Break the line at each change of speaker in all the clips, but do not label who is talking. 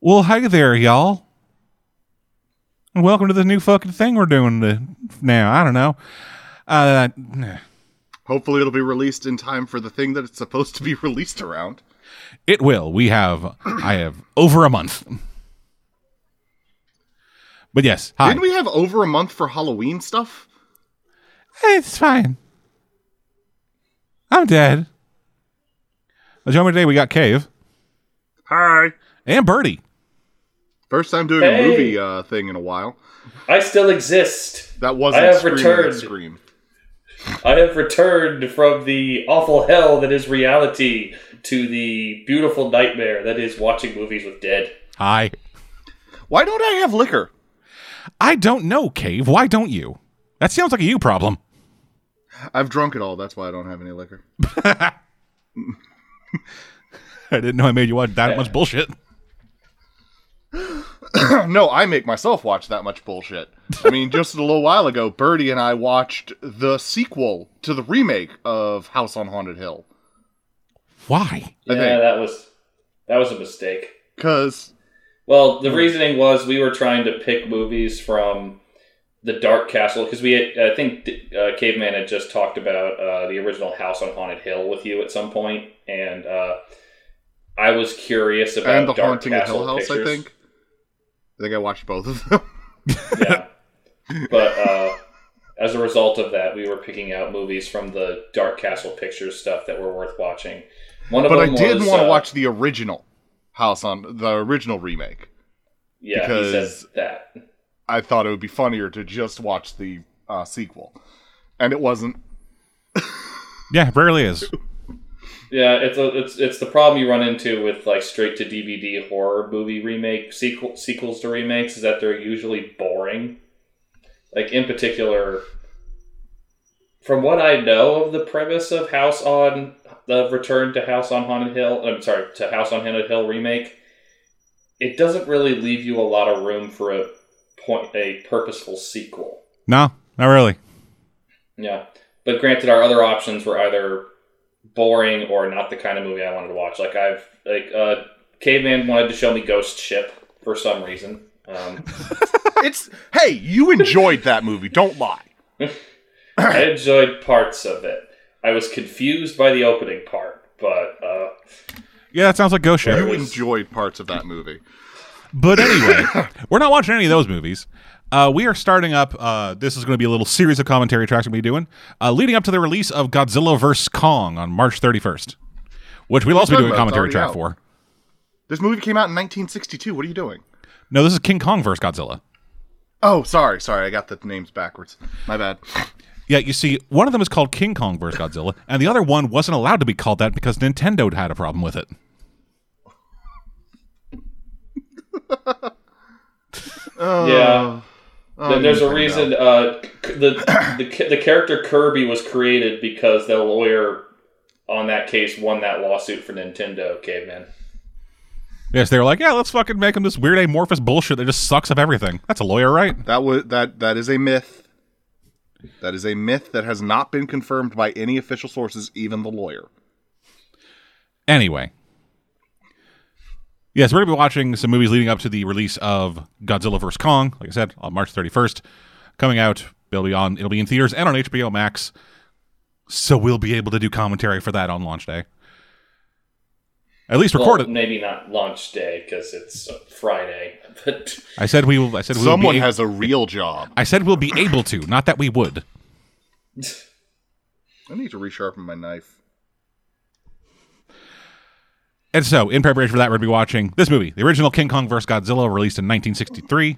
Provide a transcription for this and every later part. Well, hey there, y'all. And welcome to the new fucking thing we're doing to, now. I don't know. Uh,
Hopefully, it'll be released in time for the thing that it's supposed to be released around.
it will. We have, I have over a month. But yes, hi.
Didn't we have over a month for Halloween stuff?
It's fine. I'm dead. Well, Join me today. We got Cave
Hi.
and Birdie.
First time doing
Hey.
a movie uh, thing in a while.
I still exist.
That wasn't
I have
Scream,
returned.
that's Scream.
I have returned from the awful hell that is reality to the beautiful nightmare that is watching movies with dead.
Hi.
Why don't I have liquor?
I don't know, Cave. Why don't you? That sounds like a you problem.
I've drunk it all. That's why I don't have any liquor.
I didn't know I made you watch that much bullshit.
no, I make myself watch that much bullshit. I mean, just a little while ago, Birdie and I watched the sequel to the remake of House on Haunted Hill.
Why?
I
yeah,
think.
that was that was a mistake.
Because
Well, the reasoning was we were trying to pick movies from the Dark Castle because we, had, I think, uh, Caveman had just talked about uh, the original House on Haunted Hill with you at some point, and uh, I was curious about
and the
Uh, Dark
Haunting of
Castle
Hill House.
pictures.
I think. I think I watched both of them.
yeah. But uh, as a result of that, we were picking out movies from the Dark Castle Pictures stuff that were worth watching. One of
but I
them
did
was,
want to
uh,
watch the original House on the original remake.
Yeah, he
because-
says that.
I thought it would be funnier to just watch the uh, sequel, and it wasn't.
Yeah, it rarely is.
Yeah, it's a, it's it's the problem you run into with like straight to DVD horror movie remake sequel sequels to remakes is that they're usually boring. Like in particular, from what I know of the premise of House on the Return to House on Haunted Hill, I'm sorry, to House on Haunted Hill remake, it doesn't really leave you a lot of room for a point a purposeful sequel.
No, not really.
Yeah. But granted, our other options were either boring or not the kind of movie I wanted to watch. Like I've like uh, Caveman wanted to show me Ghost Ship for some reason. Um,
It's hey, you enjoyed that movie. Don't lie.
I enjoyed parts of it. I was confused by the opening part, but uh,
Yeah, that sounds like Ghost Ship.
It
You
was-
enjoyed parts of that movie.
But anyway, we're not watching any of those movies. Uh, we are starting up. Uh, this is going to be a little series of commentary tracks we'll be doing, uh, leading up to the release of Godzilla vs Kong on March 31st, which we'll also be
talking
doing a
about? It's
commentary
already
track
out.
for.
This movie came out in 1962. What are you doing?
No, this is King Kong vs Godzilla.
Oh, sorry, sorry. I got the names backwards. My bad.
Yeah, you see, one of them is called King Kong vs Godzilla, and the other one wasn't allowed to be called that because Nintendo had a problem with it.
Oh,
Yeah.
oh,
th- there's a
Nintendo.
reason uh, c- the, the ca- the character Kirby was created because the lawyer on that case won that lawsuit for Nintendo. Caveman.
Yes, they were like, yeah, let's fucking make him this weird amorphous bullshit that just sucks up everything. That's a lawyer, right?
That was that. That is a myth. That is a myth that has not been confirmed by any official sources, even the lawyer.
Anyway. Yes, we're going to be watching some movies leading up to the release of Godzilla vs. Kong, like I said, on March 31st. Coming out, it'll be on it'll be in theaters and on HBO Max. So we'll be able to do commentary for that on launch day. At least
Well,
record it.
maybe not launch day because it's uh, Friday, but.
I said we will I said we will
Someone
be,
has a real job.
I said we'll be able to, not that we would.
I need to resharpen my knife.
And so, in preparation for that, we're going to be watching this movie, the original King Kong vs. Godzilla, released in 1963,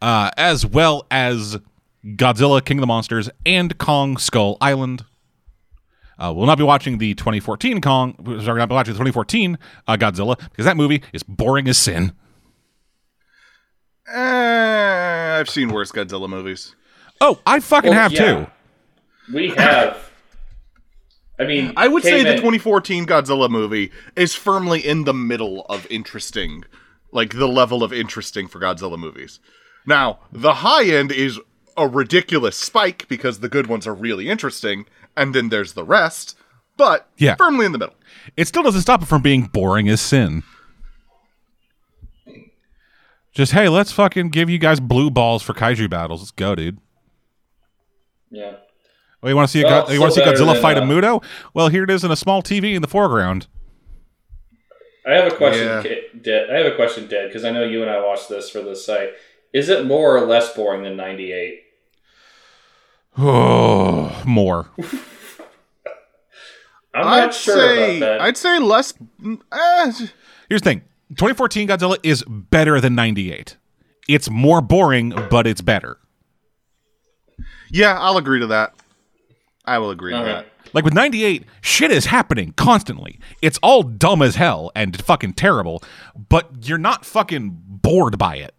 uh, as well as Godzilla, King of the Monsters, and Kong Skull Island. Uh, we'll not be watching the 2014 Kong. Sorry, we'll not be watching the 2014 uh, Godzilla because that movie is boring as sin.
Eh, I've seen worse Godzilla movies.
Oh, I fucking
Well,
have
yeah.
too.
We have. I mean,
I would say the
Caveman-
2014 Godzilla movie is firmly in the middle of interesting, like the level of interesting for Godzilla movies. Now, the high end is a ridiculous spike because the good ones are really interesting, and then there's the rest, but
Yeah.
firmly in the middle.
It still doesn't stop it from being boring as sin. Just hey, let's fucking give you guys blue balls for kaiju battles. Let's go, dude.
Yeah.
Oh, you want to see a
Well,
God- you want to see
still better
Godzilla
than,
fight a
uh,
Muto? Well, here it is in a small TV in the foreground.
I have a question,
Yeah.
Ki- Dad. I have a question, Dad, because I know you and I watched this for this site. Is it more or less boring than '98?
Oh, more.
I'm
I'd
not sure
say
about that.
I'd say less. eh,
Here's the thing 2014 Godzilla is better than 98. It's more boring, but it's better.
yeah, I'll agree to that. I will agree to
Okay.
that.
Like with 98, shit is happening constantly. It's all dumb as hell and fucking terrible, but you're not fucking bored by it.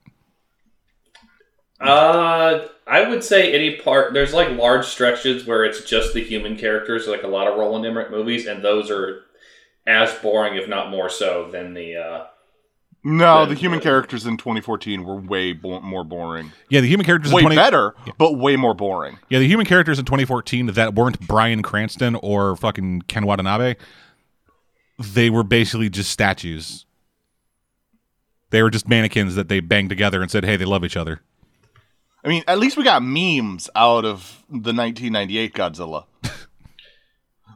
Uh, I would say any part. There's like large stretches where it's just the human characters, like a lot of Roland Emmerich movies, and those are as boring, if not more so, than the. Uh,
No, the
Then-
human characters in 2014 were way bo- more boring.
Yeah, the human characters
Way
in 20-
better, but way more boring.
Yeah, the human characters in 2014 that weren't Brian Cranston or fucking Ken Watanabe, they were basically just statues. They were just mannequins that they banged together and said, "Hey, they love each other."
I mean, at least we got memes out of the 1998 Godzilla.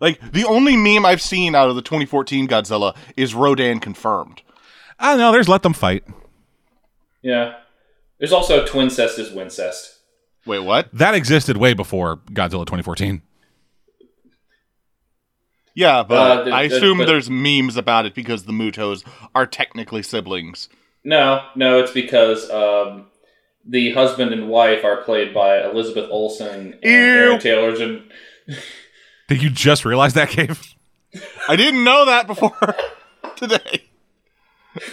like the only meme I've seen out of the 2014 Godzilla is Rodan confirmed.
Oh no, there's let them fight.
yeah, there's also twincest is wincest.
Wait, what?
That existed way before Godzilla 2014.
Yeah, but
Uh, th-
I
th-
assume
but-
there's memes about it because the Mutos are technically siblings.
No, no, it's because um, the husband and wife are played by Elizabeth Olsen and Aaron Taylor. Jen-
Did you just realize that, Cave?
I didn't know that before today.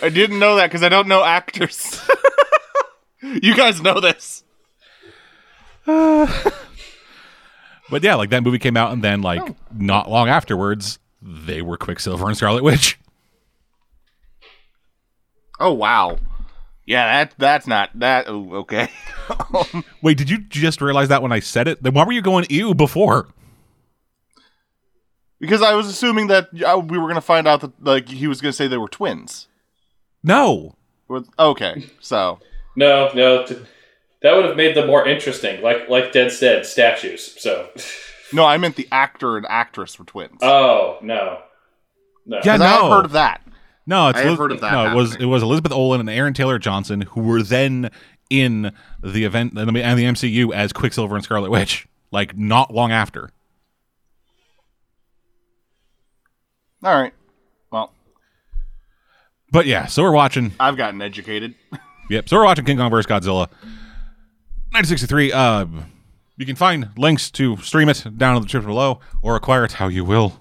I didn't know that because I don't know actors. you guys know this.
But yeah, like that movie came out, and then like not long afterwards, they were Quicksilver and Scarlet Witch.
Oh wow. Yeah, that that's not that. Oh, okay.
Wait, did you just realize that when I said it? Then why were you going ew before?
Because I was assuming that uh, we were gonna find out that like he was gonna say they were twins.
No,
Or- Okay, so
No, no, t- that would have made them more interesting. Like, like Dead said, statues. So,
no, I meant the actor and actress were twins.
oh no, no.
Yeah,
'Cause I have heard of that.
No, it's
I have
Eliz-
heard of that
No, it was it
happening.
was Elizabeth Olin and Aaron Taylor Johnson who were then in the event and the MCU as Quicksilver and Scarlet Witch, like not long after.
All right. Well,
But yeah, so we're watching.
I've gotten educated.
Yep, so we're watching King Kong vs. Godzilla, 1963. Uh, you can find links to stream it down in the description below, or acquire it how you will.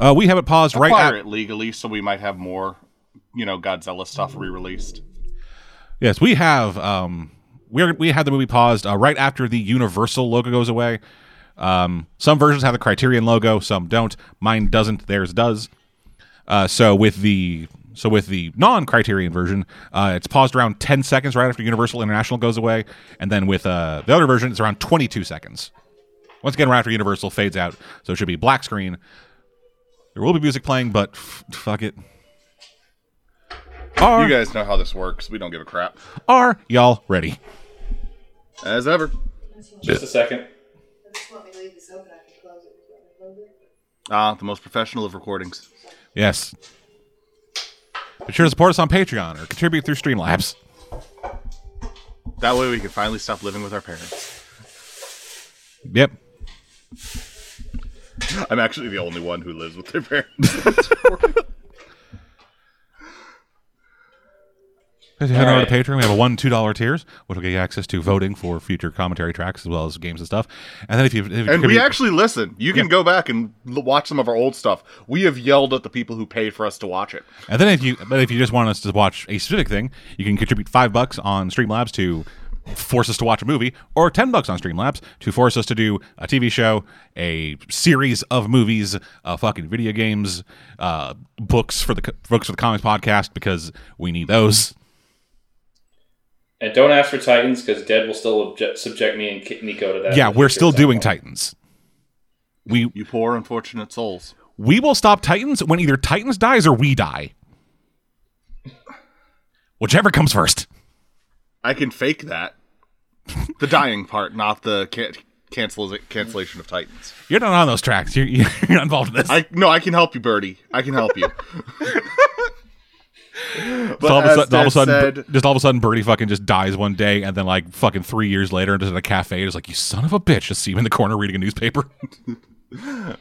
Uh, we have it paused right
Acquire
at
it legally, so we might have more, you know, Godzilla stuff re-released.
Yes, we have. Um, we we had the movie paused uh, right after the Universal logo goes away. Um, some versions have the Criterion logo, some don't. Mine doesn't. Theirs does. Uh, so with the so with the non-Criterion version, uh, it's paused around ten seconds right after Universal International goes away, and then with uh, the other version, it's around twenty-two seconds. Once again, right after Universal fades out, so it should be black screen. There will be music playing, but f- fuck it. Are
You guys know how this works. We don't give a crap.
are y'all ready?
As ever.
Just a second.
I just want me to leave this open. I can close it. Do you want me to close it?
Ah, the most professional of recordings.
Yes. Be sure to support us on Patreon or contribute through Streamlabs.
That way we can finally stop living with our parents.
Yep.
I'm actually the only one who lives with their parents.
If you head over to
right.
Patreon, we have a one, two dollar tiers, which will get you access to voting for future commentary tracks as well as games and stuff. And then if you if you
and we
contribute-
actually listen. You can go back and l- watch some of our old stuff. We have yelled at the people who paid for us to watch it.
and then if you but if you just want us to watch a specific thing, you can contribute five bucks on Streamlabs to force us to watch a movie, or ten bucks on Streamlabs to force us to do a TV show, a series of movies, uh, fucking video games, uh, books for the co- books for the comics podcast because we need those.
And don't ask for Titans because Dead will still obje- subject me and Ki- Nico to that.
yeah,
in the
we're
future
still
at some
doing
point.
Titans. We
You poor unfortunate souls.
we will stop Titans when either Titans dies or we die. Whichever comes first.
I can fake that. The dying part, not the can- cancel- cancellation of Titans.
You're not on those tracks. You're, you're not involved in this.
I no, I can help you, Birdie. I can help you. but
So all, of a
as
sudden, all of a
Dad
sudden,
said,
just all of a sudden, Birdie fucking just dies one day, and then like fucking three years later, just in a cafe, just like you son of a bitch, just see him in the corner reading a newspaper.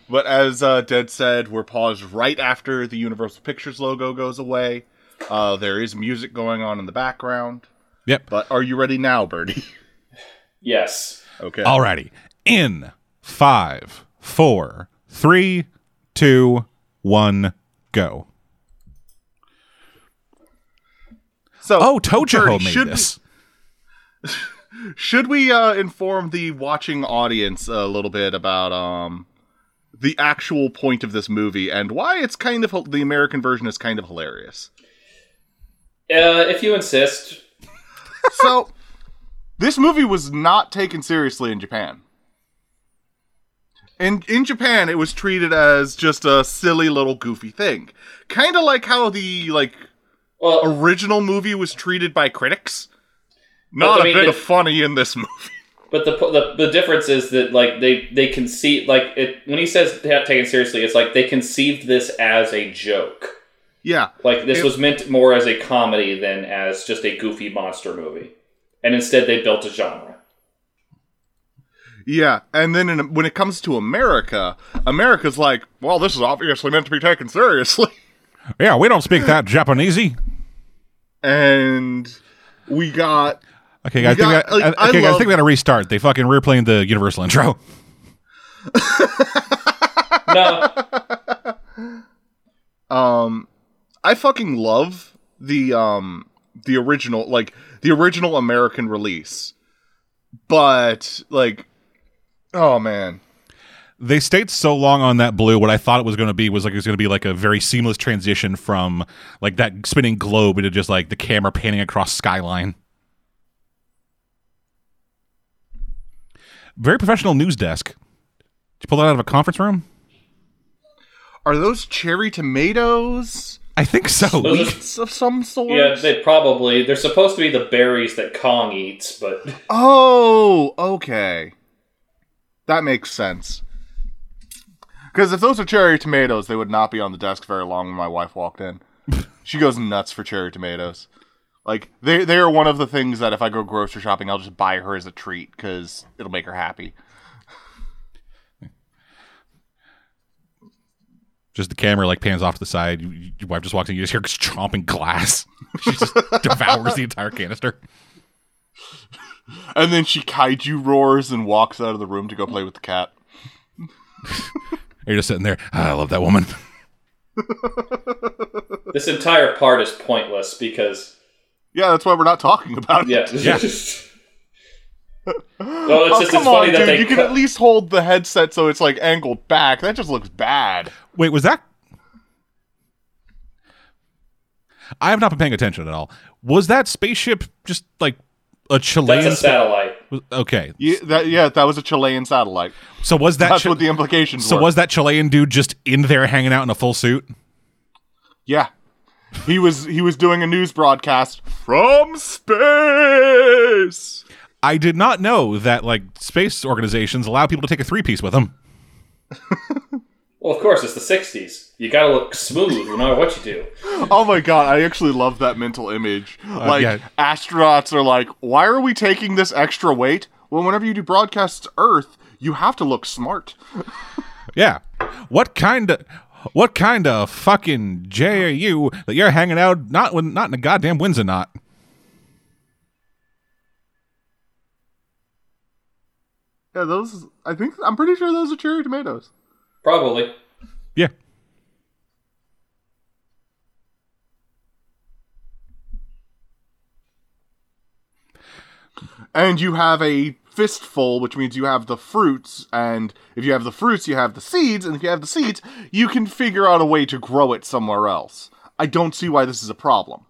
But as uh, Dead said, we're paused right after the Universal Pictures logo goes away. Uh, there is music going on in the background.
yep.
But are you ready now, Birdie?
Yes.
Okay.
Alrighty. In five, four, three, two, one, go.
So,
Oh, Tojo
Birdie,
made
should
this.
We, should we uh, inform the watching audience a little bit about um the actual point of this movie and why it's kind of the American version is kind of hilarious?
Uh, if you insist.
so this movie was not taken seriously in Japan. In in Japan, it was treated as just a silly little goofy thing, kind of like how the like
Well,
original movie was treated by critics. Not
I mean,
a bit
the-
of funny in this movie.
But the, the the difference is that like they they conceive like it when he says ta- taken seriously, it's like they conceived this as a joke.
Yeah,
Like this
It-
was meant more as a comedy than as just a goofy monster movie, and instead they built a genre.
yeah. And then in, when it comes to America, America's like, well, this is obviously meant to be taken seriously.
Yeah, we don't speak that Japanesey.
And we got
Okay, guys,
got-
think I,
like,
I-
I
okay, guys,
love-
think we gotta restart. They fucking rear playing the Universal intro.
No,
um i fucking love the um the original like the original american release but like oh man
they stayed so long on that blue. What I thought it was going to be was like it was going to be like a very seamless transition from like that spinning globe into just like the camera panning across skyline. Very professional news desk. Did you pull that out of a conference room?
are those cherry tomatoes
I think so.
Those
We-
are-
It's of some sort
yeah, they probably they're supposed to be the berries that Kong eats, but
oh okay that makes sense because if those are cherry tomatoes they would not be on the desk very long when my wife walked in she goes nuts for cherry tomatoes. Like they they are one of the things that if I go grocery shopping, I'll just buy her as a treat because it'll make her happy.
just the camera like pans off to the side. You- you- Your wife just walks in. You just hear chomping glass. She just devours the entire canister.
And then she kaiju roars and walks out of the room to go play with the cat.
You're just sitting there. "Ah, I love that woman.
this entire part is pointless because
Yeah, that's why we're not talking about it.
yeah,
Yeah.
Well, it's
oh
just- it's
come
funny
on,
that
dude!
they
you can
cut-
at least hold the headset so it's like angled back. That just looks bad.
Wait, was that? I have not been paying attention at all. Was that spaceship just like a
that's
Chilean?
a satellite.
was- okay,
Yeah, that, yeah, that was a Chilean satellite.
so was that?
That's
Chi-
what the implications
so
were.
was that Chilean dude just in there hanging out in a full suit?
Yeah. He was he was doing a news broadcast from space.
I did not know that like space organizations allow people to take a three piece with them.
Well, of course, it's the '60s. You gotta look smooth no matter what you do.
Oh my god, I actually love that mental image. like
Oh, yeah.
astronauts are like, "Why are we taking this extra weight?" Well, whenever you do broadcasts to Earth, you have to look smart.
Yeah. What kind of what kind of fucking J are you that you're hanging out not when not in a goddamn Windsor knot?
Yeah, those I think I'm pretty sure those are cherry tomatoes.
Probably.
Yeah.
And you have a fistful, which means you have the fruits, and if you have the fruits, you have the seeds, and if you have the seeds, you can figure out a way to grow it somewhere else. I don't see why this is a problem.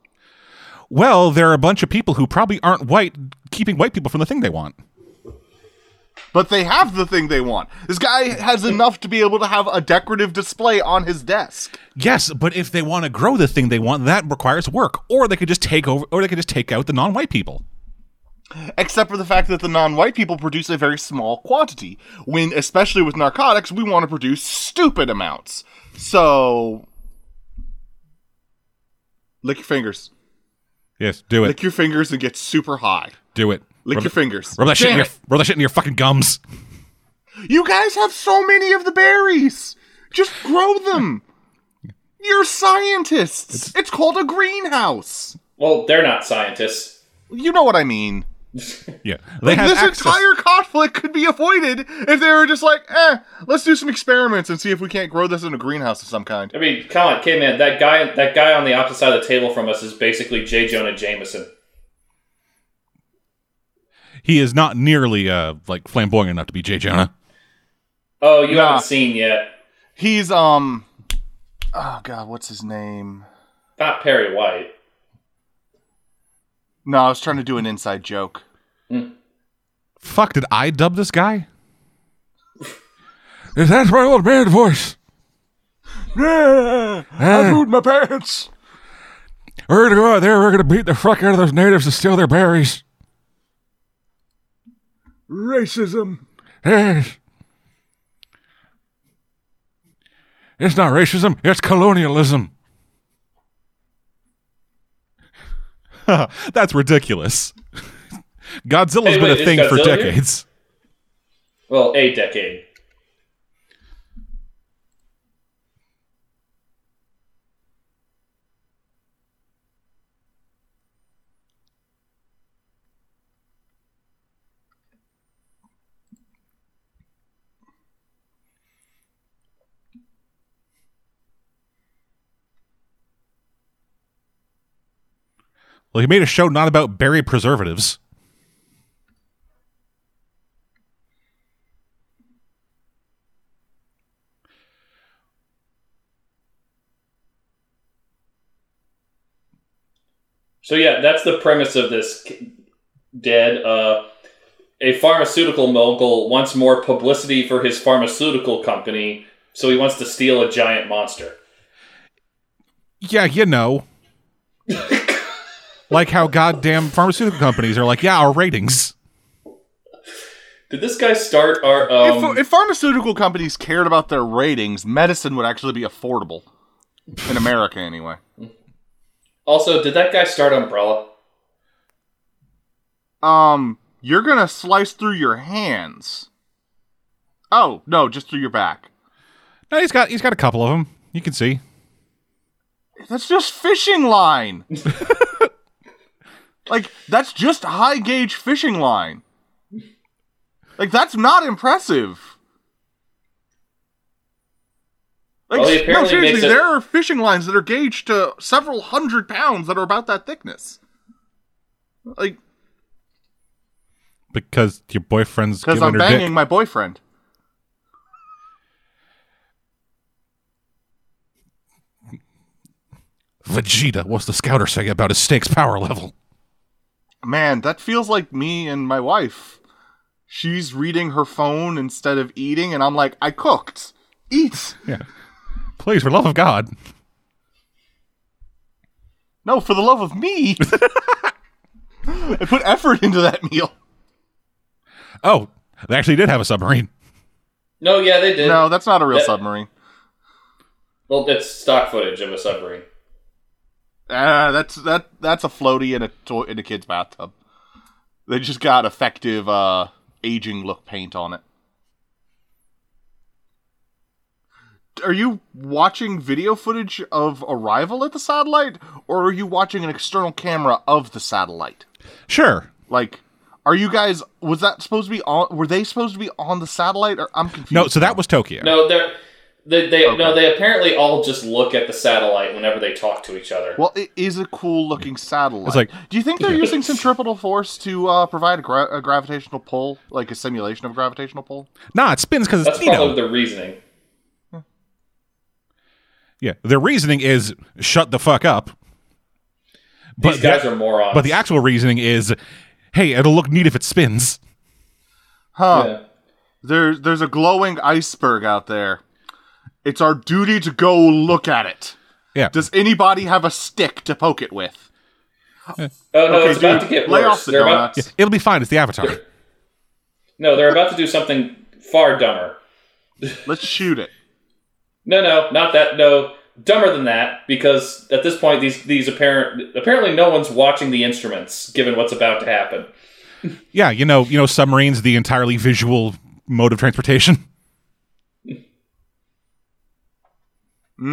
Well, there are a bunch of people who probably aren't white keeping white people from the thing they want.
But they have the thing they want. This guy has enough to be able to have a decorative display on his desk.
Yes, but if they want to grow the thing they want, that requires work. Or they could just take over or they could just take out the non-white people.
Except for the fact that the non white people produce a very small quantity. When, especially with narcotics, we want to produce stupid amounts. So. Lick your fingers.
Yes, do it.
Lick your fingers and get super high.
do it.
Lick
Rub-
your fingers.
Rub that shit in
Damn
your rub that shit in your fucking gums.
it. You guys have so many of the berries. Just grow them. You're scientists. It's, called a greenhouse.
Well, they're not scientists.
You know what I mean.
Yeah. They have
this
access-
entire conflict could be avoided if they were just like, eh, let's do some experiments and see if we can't grow this in a greenhouse of some kind.
I mean, come on, kid, man. That guy, that guy on the opposite side of the table from us is basically J. Jonah Jameson.
he is not nearly uh like flamboyant enough to be Jay Jonah.
Oh, you
Nah.
haven't seen yet.
He's, um, oh god, what's his name?
Not Perry White.
No, I was trying to do an inside joke.
Fuck, did I dub this guy? is that my old man voice?
Yeah, I pooped my pants.
We're gonna go out there, we're gonna beat the fuck out of those natives to steal their berries.
Racism.
Yes. It's not racism, it's colonialism. That's ridiculous. Godzilla's
Hey,
been
wait,
a
is
thing for
Godzilla here?
decades.
Well, a decade.
Well, he made a show not about berry preservatives.
So yeah, that's the premise of this. k- Dead. Uh, a pharmaceutical mogul wants more publicity for his pharmaceutical company, so he wants to steal a giant monster.
Yeah, you know. like how goddamn pharmaceutical companies are like, yeah, our ratings.
Did this guy start our? Um,
if, if pharmaceutical companies cared about their ratings, medicine would actually be affordable. In America, anyway.
also, did that guy start Umbrella?
Um, you're gonna slice through your hands. Oh no, just through your back.
No, he's got he's got a couple of them. You can see.
That's just fishing line. like that's just high gauge fishing line. Like that's not impressive. Like
Well, he
no,
apparently
seriously,
makes it-
there are fishing lines that are gauged to several hundred pounds that are about that thickness. Like
Because your boyfriend's
because
giving
I'm
her
banging
dick.
my boyfriend.
Vegeta, what's the scouter say about his snake's power level?
Man, that feels like me and my wife. She's reading her phone instead of eating, and I'm like, I cooked. Eat.
Yeah. Please, for love of God.
No, for the love of me. I put effort into that meal.
Oh, they actually did have a submarine.
No, yeah, they did.
No, that's not a real
That-
submarine.
Well, that's stock footage of a submarine.
Ah, that's that that's a floaty in a toy in a kid's bathtub. They just got effective uh aging look paint on it. Are you watching video footage of arrival at the satellite or are you watching an external camera of the satellite?
Sure.
Like are you guys was that supposed to be on were they supposed to be on the satellite or I'm confused.
No, so
now.
that was Tokyo.
No, they're they, they
Okay.
no they apparently all just look at the satellite whenever they talk to each other.
Well, it is a cool looking satellite.
It's like-
do you think they're using centripetal force to uh, provide a, gra- a gravitational pull, like a simulation of gravitational pull?
Nah, it spins because it's
that's
Dino.
probably the reasoning.
yeah. Their reasoning is shut the fuck up. But
These guys
the,
are morons.
but the actual reasoning is hey, it'll look neat if it spins.
Huh?
Yeah.
There's there's a glowing iceberg out there. It's our duty to go look at it.
Yeah.
Does anybody have a stick to poke it with?
Oh no,
Okay,
it's
dude,
about to get
lay
worse.
off the
they're about,
donuts.
It'll be fine. It's the Avatar.
no, they're about to do something far dumber.
Let's shoot it.
No, no, not that. No, dumber than that. Because at this point, these these apparent apparently no one's watching the instruments, given what's about to happen.
Yeah, you know, you know, submarines the entirely visual mode of transportation.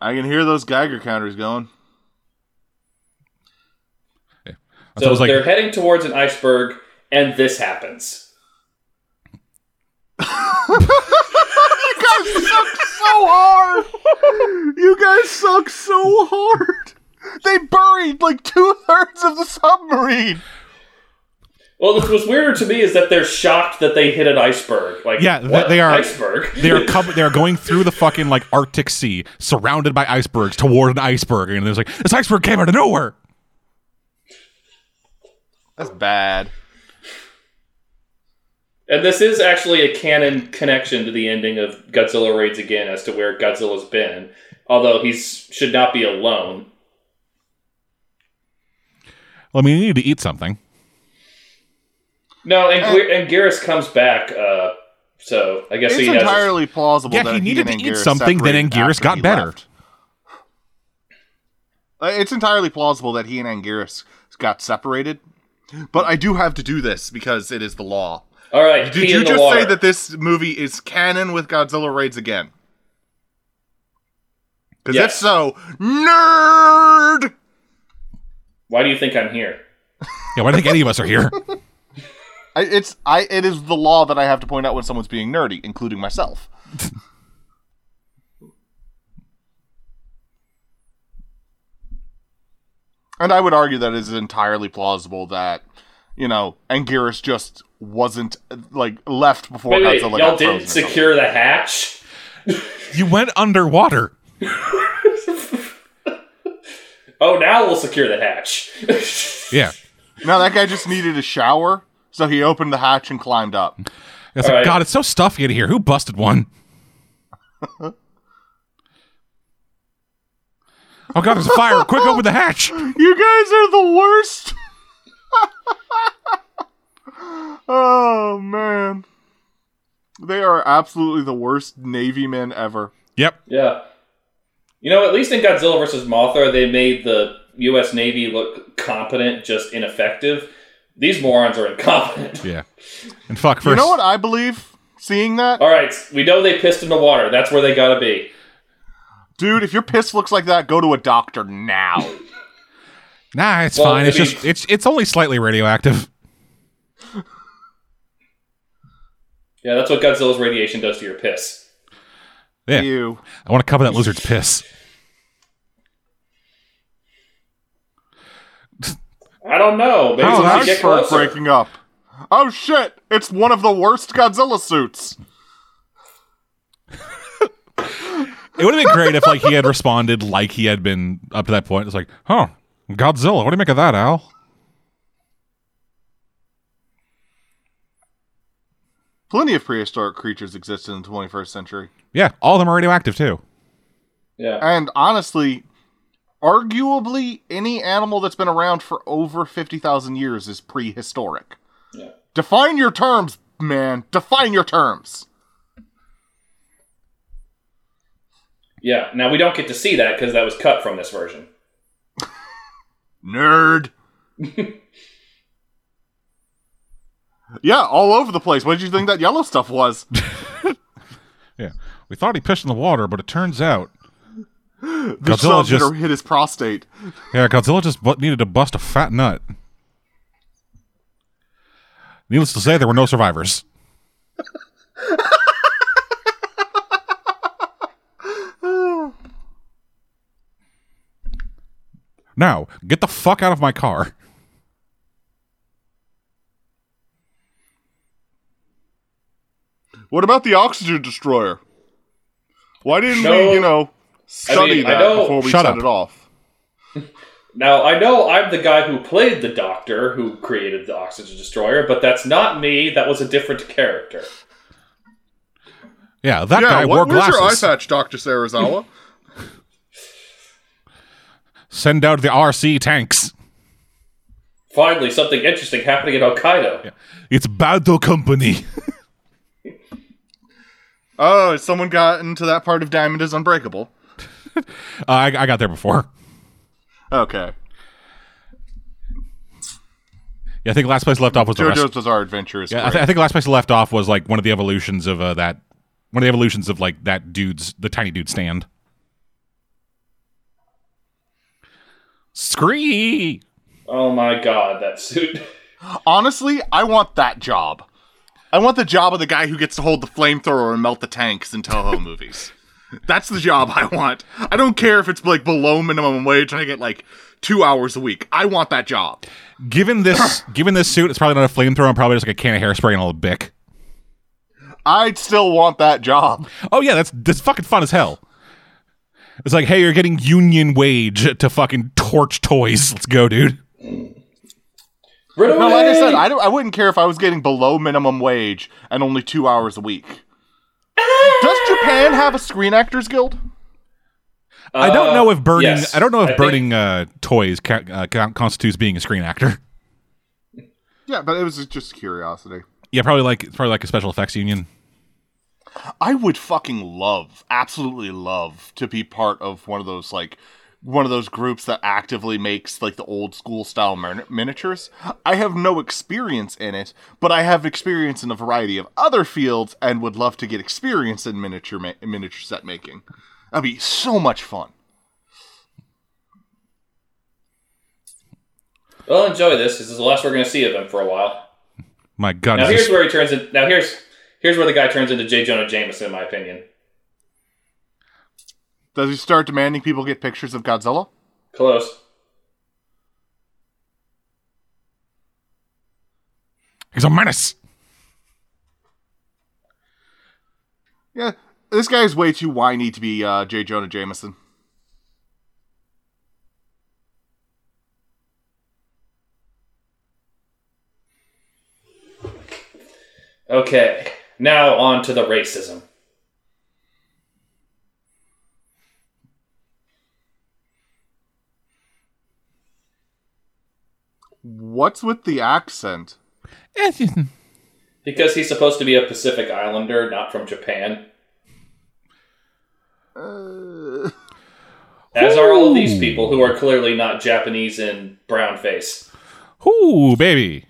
I can hear those Geiger counters going.
so I
So
was like,
they're heading towards an iceberg, and this happens.
you guys suck so hard. You guys suck so hard. They buried like two thirds of the submarine.
Well, this was weirder to me is that they're shocked that they hit an iceberg. Like,
Yeah, th-
what?
they are-
iceberg.
they are cov- they are going through the fucking like Arctic Sea, surrounded by icebergs, toward an iceberg, and there's like this iceberg came out of nowhere.
That's bad.
And this is actually a canon connection to the ending of Godzilla Raids Again as to where Godzilla's been, although he should not be alone.
Well, I mean, you need to eat something.
No, and, Gu- and Garrus comes back, uh, so I guess
It's
he has.
entirely plausible.
Yeah,
that
he needed
and
to eat
Anguirus
something, then
separated
Anguirus
after
got
he
better.
left. Uh, It's entirely plausible that he and Anguirus got separated, but I do have to do this because it is the law.
All right,
Did
pee
you
in the
just
water.
say that this movie is canon with Godzilla Raids Again? Because
Yes.
if so, nerd.
Why do you think I'm here?
Yeah, why do you think any of us are here?
I, it's I. It is the law that I have to point out when someone's being nerdy, including myself. and I would argue that it is entirely plausible that you know Anguirus just wasn't like left before
Wait, wait,
Godzilla
y'all
got frozen
didn't
or something.
secure the hatch?
You went underwater.
Oh, now we'll secure the hatch.
Yeah,
No, that guy just needed a shower, so he opened the hatch and climbed up.
it's
All
like,
right.
God, it's so stuffy in here. Who busted one? oh God, there's a fire! Quick, open the hatch.
You guys are the worst. oh man. They are absolutely the worst Navy men ever.
Yep.
yeah. You know, at least in Godzilla vs. Mothra, they made the U.S. Navy look competent, just ineffective. These morons are incompetent.
Yeah. And fuck first.
You know what I believe seeing that?
All right, we know they pissed in the water. That's where they gotta be.
Dude, if your piss looks like that, go to a doctor now.
Nah, it's
Well,
fine.
I
It's
mean-
just it's it's only slightly radioactive.
Yeah, that's what Godzilla's radiation does to your piss.
Yeah.
You.
I want to cover that lizard's piss.
I don't know. Maybe
Oh,
we
that's
should get
Iceberg
closer.
breaking up. Oh shit, it's one of the worst Godzilla suits.
It would have been great if like he had responded like he had been up to that point. It's like, huh, Godzilla. What do you make of that, Al?
Plenty of prehistoric creatures exist in the 21st century.
Yeah, all of them are radioactive too.
Yeah.
And honestly, arguably any animal that's been around for over 50,000 years is prehistoric.
Yeah.
Define your terms, man. Define your terms.
Yeah. Now we don't get to see that because that was cut from this version.
Nerd. yeah, all over the place. What did you think that yellow stuff was?
Yeah, we thought he pissed in the water, but it turns out,
The
Godzilla
stuff
just-
that hit his prostate.
yeah, Godzilla just bu- needed to bust a fat nut. Needless to say, there were no survivors. Now, get the fuck out of my car.
What about the oxygen destroyer? Why didn't
No.
we, you know, study
I
that
know-
before we
Shut
shut
up.
it off?
Now, I know I'm the guy who played the Doctor who created the Oxygen Destroyer, but that's not me. That was a different character.
Yeah, that
yeah,
guy
what,
wore
where's your eye
glasses.
patch, Doctor Sarazawa?
Send out the RC tanks.
Finally, something interesting happening at Hokkaido.
It's Battle Company.
oh, has someone gotten to that part of Diamond is Unbreakable?
Uh, I, I got there before.
Okay.
Yeah, I think last place left off was the rest.
JoJo's Bizarre Adventure is
Yeah, I,
great.
th- I think last place left off was like one of the evolutions of uh, that. One of the evolutions of like that dude's the tiny dude stand. Scree.
Oh my god, that suit.
Honestly, I want that job. I want the job of the guy who gets to hold the flamethrower and melt the tanks in Toho movies. That's the job I want. I don't care if it's like below minimum wage and I get like two hours a week. I want that job.
Given this, given this suit, it's probably not a flamethrower. I'm probably just like a can of hairspray and a little bic.
I'd still want that job.
Oh yeah, that's that's fucking fun as hell. It's like, hey, you're getting union wage to fucking torch toys. Let's go, dude.
Runaway!
No, like I said, I, don't, I wouldn't care if I was getting below minimum wage and only two hours a week. Does Japan have a Screen Actors Guild?
I don't know if burning.
Uh, yes.
I don't know if
think-
burning uh, toys ca- uh, con- constitutes being a screen actor.
Yeah, but it was just curiosity.
Yeah, probably like it's probably like a special effects union.
I would fucking love, absolutely love to be part of one of those like one of those groups that actively makes like the old school style min- miniatures. I have no experience in it, but I have experience in a variety of other fields and would love to get experience in miniature ma- miniature set making. That'd be so much fun.
Well, enjoy this. This is the last we're going to see of him for a while.
My God,
Now
is
here's
this-
where he turns in. Now here's here's where the guy turns into J. Jonah Jameson, in my opinion.
Does he start demanding people get pictures of Godzilla?
Close.
he's a menace.
Yeah, this guy is way too whiny to be uh, J. Jonah Jameson.
Okay. Now on to the racism.
What's with the accent?
Because he's supposed to be a Pacific Islander, not from Japan.
Uh...
As are all of these people who are clearly not Japanese and brown face.
Ooh, baby.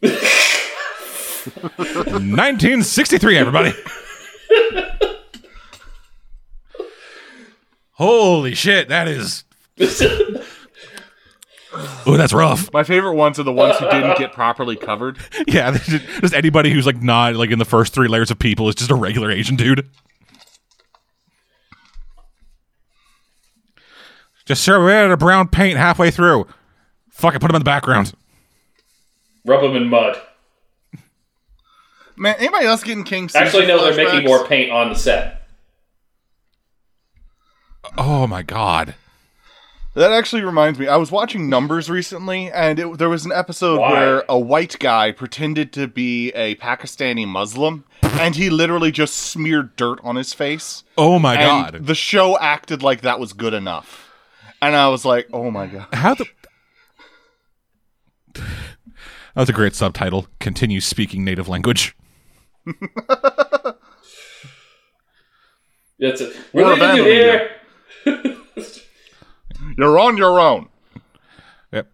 1963, everybody. Holy shit, that is. Oh, that's rough.
My favorite ones are the ones who didn't get properly covered.
Yeah, there's just just anybody who's like not like in the first three layers of people is just a regular Asian dude. Just sir, we added a brown paint halfway through. Fuck it, put him in the background.
Rub them in mud.
Man, anybody else getting King Caesar
Actually, no, they're making
flashbacks?
more paint on the set.
Oh my god.
That actually reminds me. I was watching Numbers recently, and it, there was an episode
Why?
where a white guy pretended to be a Pakistani Muslim, and he literally just smeared dirt on his face.
Oh my
and
god.
The show acted like that was good enough, and I was like, "Oh my god!"
How the That's a great subtitle. Continue speaking native language.
That's it.
We're
What did you do
abandoning
here?
You're on your own.
Yep.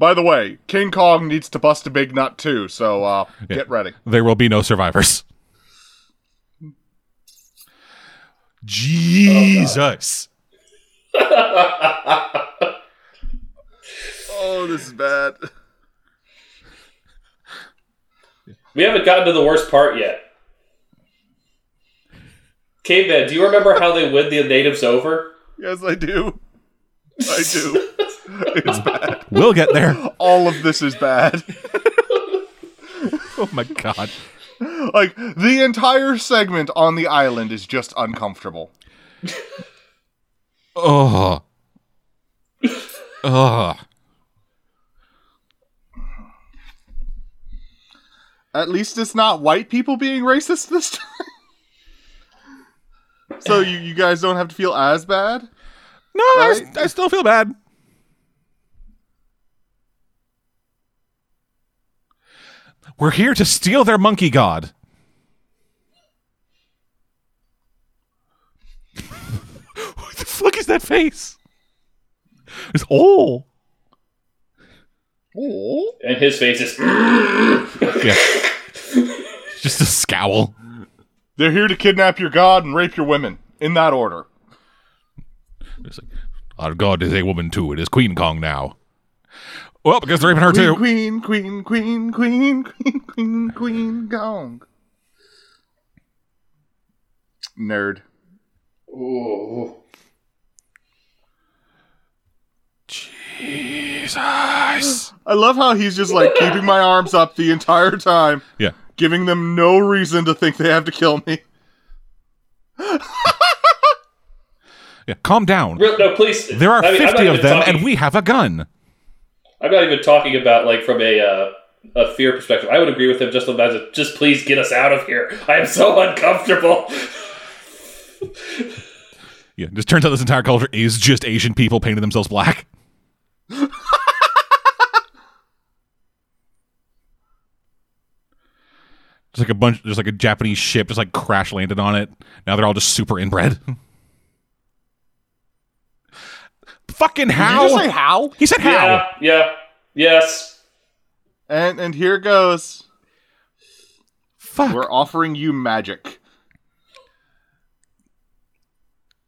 By the way, King Kong needs to bust a big nut too, so uh, get ready.
There will be no survivors. Jesus.
Oh, this is bad.
We haven't gotten to the worst part yet. Caveman, do you remember how they win the natives over?
Yes, I do. I do. it's bad.
we'll get there.
All of this is bad.
Oh my god.
Like the entire segment on the island is just uncomfortable.
Oh. Ugh.
At least it's not white people being racist this time. so you, you guys don't have to feel as bad?
No, I s-
Right?
I, still feel bad. We're here to steal their monkey god. what the fuck is that face? It's oh.
Oh.
And his face is.
Yeah. Just a scowl.
They're here to kidnap your god and rape your women. In that order.
It's like, Our god is a woman too. It is Queen Kong now. Well, because they're raping her too.
Queen, queen, queen, queen, queen, queen, queen, gong. Nerd.
Ooh.
Jesus.
I love how he's just like keeping my arms up the entire time,
Yeah.
giving them no reason to think they have to kill me.
Yeah. Calm down.
Real- No, please.
There are
I mean, I'm not
50 of
even
them,
talking-
and we have a gun.
I'm not even talking about like from a uh, a fear perspective. I would agree with him just about it. Just please get us out of here. I am so uncomfortable.
Yeah, just turns out this entire culture is just Asian people painting themselves black. Just like a bunch, just like a Japanese ship, just like crash landed on it. Now they're all just super inbred. Fucking how?
Did you just say how?
he said how?
Yeah, yeah, yes.
And and here goes.
Fuck.
We're offering you magic.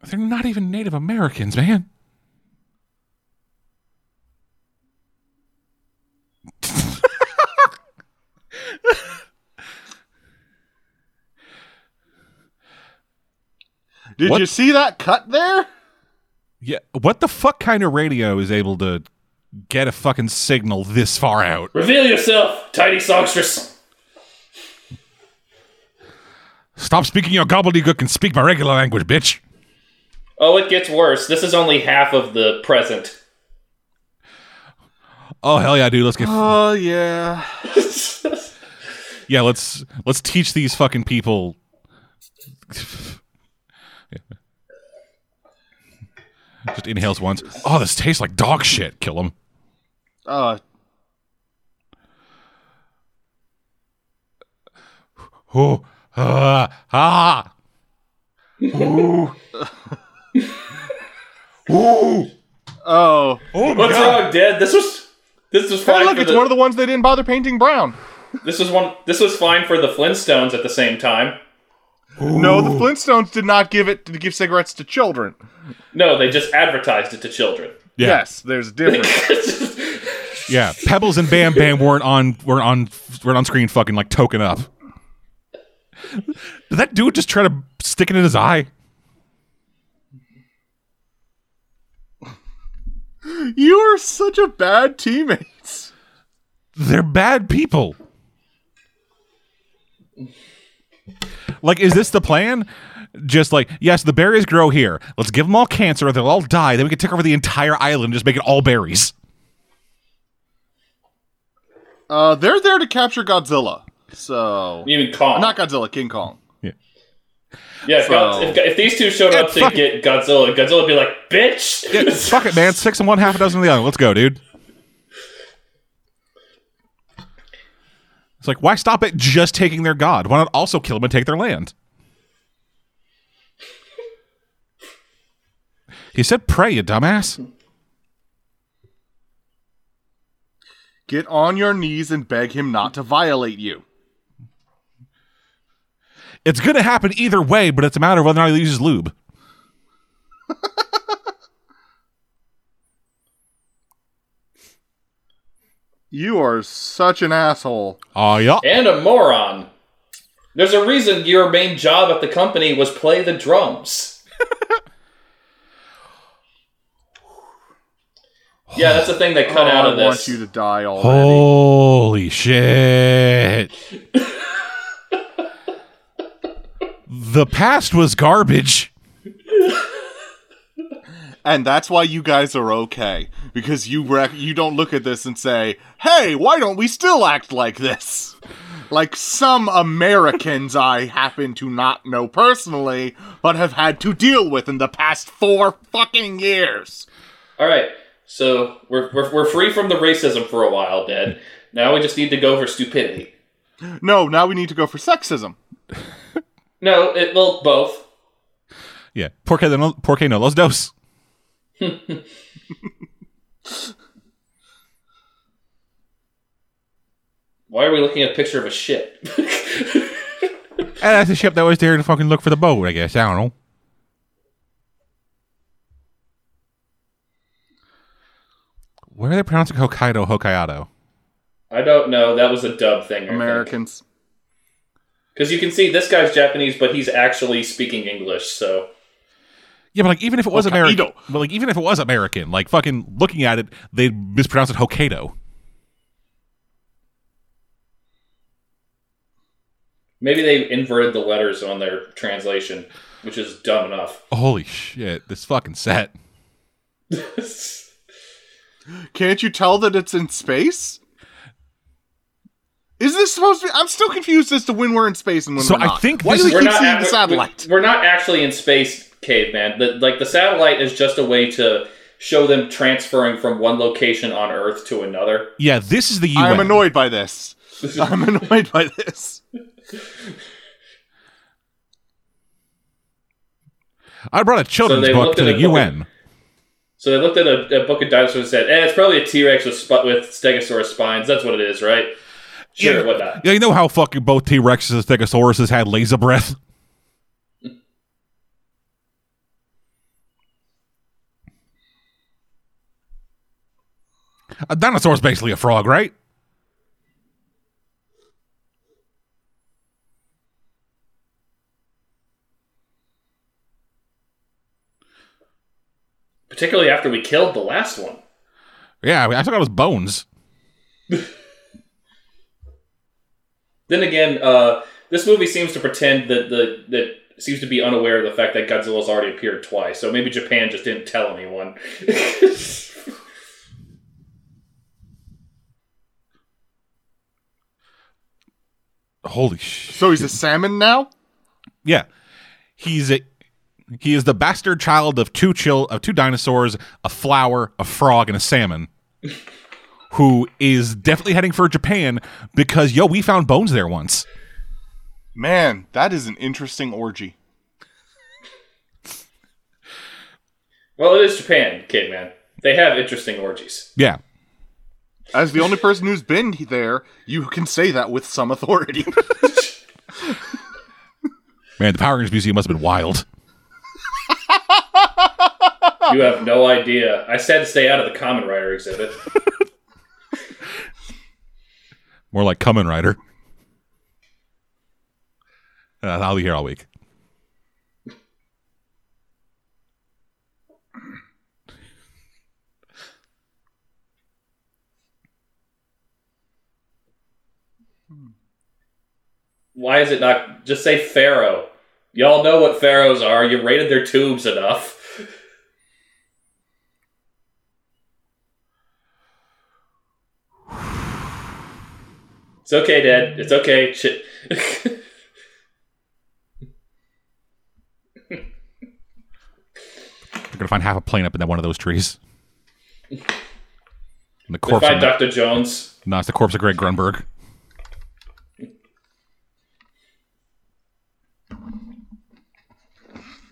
They're not even Native Americans, man.
Did
What?
you see that cut there?
Yeah, what the fuck kind of radio is able to get a fucking signal this far out?
Reveal yourself, tiny songstress.
Stop speaking your gobbledygook and speak my regular language, bitch.
Oh, it gets worse. This is only half of the present.
Oh hell yeah, dude! Let's get
Oh yeah.
yeah. Let's let's teach these fucking people. Just inhales once. Oh, this tastes like dog shit. Kill him.
Uh,
Oh, ah, ah. Ooh. Ooh.
oh.
Oh my
What's
god.
wrong, Dad? This was this was fine.
Hey, look,
for
it's
the,
one of the ones they didn't bother painting brown.
this was one. This was fine for the Flintstones at the same time.
No, the Flintstones did not give it to give cigarettes to children.
No, they just advertised it to children.
Yeah.
Yes, there's a difference.
Yeah, Pebbles and Bam Bam weren't on weren't on weren't on screen fucking like token up. Did that dude just try to stick it in his eye?
you are such a bad teammate.
They're bad people. Like, is this the plan? Just like, yes, the berries grow here. Let's give them all cancer. They'll all die. Then we can take over the entire island and just make it all berries.
Uh, they're there to capture Godzilla. So
You mean Kong?
not Godzilla, King Kong.
yeah, if,
so-
God, if, if these two showed
Yeah,
up to
fuck
get Godzilla, Godzilla would be like, "Bitch,
Yeah, fuck it, man. Six and one, half a dozen of the other. Let's go, dude. It's like, why stop at just taking their god? Why not also kill them and take their land? He said, "Pray, you dumbass."
Get on your knees and beg him not to violate you.
It's going to happen either way, but it's a matter of whether or not he uses lube.
You are such an asshole.
Oh, yeah.
and a moron." There's a reason your main job at the company was play the drums. yeah, that's the thing they cut
Oh,
out of
I want
this.
you to die
Oh.
already.
Holy shit. the past was garbage.
And that's why you guys are okay because you rec- you don't look at this and say, "Hey, why don't we still act like this?" Like some Americans I happen to not know personally, but have had to deal with in the past 4 fucking years.
All right, so we're, we're, we're free from the racism for a while, Dad. Now we just need to go for stupidity.
No, now we need to go for sexism.
No, it well both.
Yeah. Porque, de no, porque no los dos.
Why are we looking at a picture of a ship?
And that's a ship that was there to fucking look for the boat, I guess. I don't know. Where are they pronouncing Hokkaido, Hokkaido?
I don't know. That was a dub thing.
Americans.
Because you can see this guy's Japanese, but he's actually speaking English. So
Yeah, but like even if it was
Hokkaido.
American, but like even if it was American, like fucking looking at it, they mispronounce it Hokkaido.
maybe they inverted the letters on their translation, which is dumb enough.
Holy shit! This fucking set.
Can't you tell that it's in space? Is this supposed to be? I'm still confused as to when we're in space and when
So
we're
I
not.
think
why
this-
do we
We're
keep seeing
act-
the
we-
satellite?
We're not actually in space, caveman. The, like the satellite is just a way to show them transferring from one location on Earth to another.
Yeah, this is the UN.
I'm annoyed by this. I'm annoyed by this.
I brought a children's
they
book
looked
to
at
the
it-
UN.
So they looked at a, a book of dinosaurs and said, "Eh, it's probably a T Rex with, sp- with Stegosaurus spines. That's what it is, right?" Sure,
Yeah.
what not?
Yeah, you know how fucking both T Rexes and Stegosauruses had laser breath. A dinosaur's basically a frog, right?
Particularly after we killed the last one.
Yeah, I, mean, I took out his bones.
Then again, uh, this movie seems to pretend that the that seems to be unaware of the fact that Godzilla's already appeared twice. So maybe Japan just didn't tell anyone.
Holy sh!
So he's a salmon now.
Yeah, he's a he is the bastard child of two chill of two dinosaurs, a flower, a frog, and a salmon, who is definitely heading for Japan because yo, we found bones there once.
Man, that is an interesting orgy.
well, it is Japan, kid man. They have interesting orgies.
Yeah.
As the only person who's been there, you can say that with some authority.
Man, the Power Rangers Museum must have been wild.
You have no idea. I said to stay out of the Common Rider exhibit.
More like Kamen Rider. Uh, I'll be here all week.
Why is it not just say Pharaoh? Y'all know what pharaohs are. You raided their tubes enough. It's okay, Dad. It's okay. Ch-
They're gonna find half a plane up in that one of those trees. And the
They
corpse.
find
Of,
Dr. Jones.
no, it's the corpse of Greg Grunberg.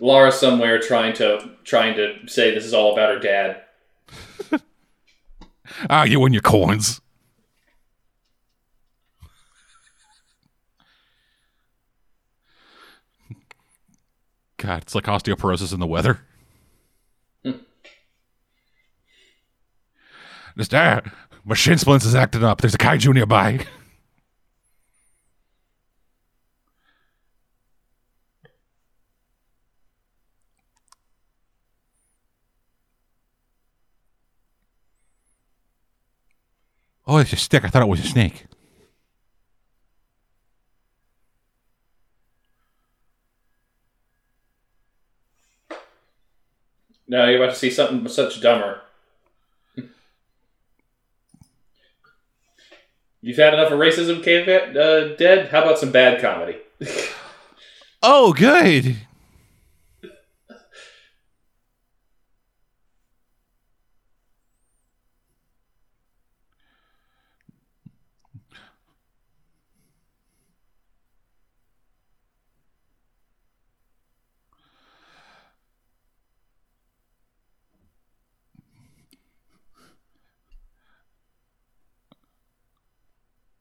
Laura somewhere trying to trying to say this is all about her dad.
Ah, you and your coins. God, it's like osteoporosis in the weather. Just ah, my shin splints is acting up. There's a kaiju nearby. Oh, it's a stick. I thought it was a snake.
No, you're about to see something such dumber. You've had enough of racism, Cave uh, Dead? How about some bad comedy?
Oh, good.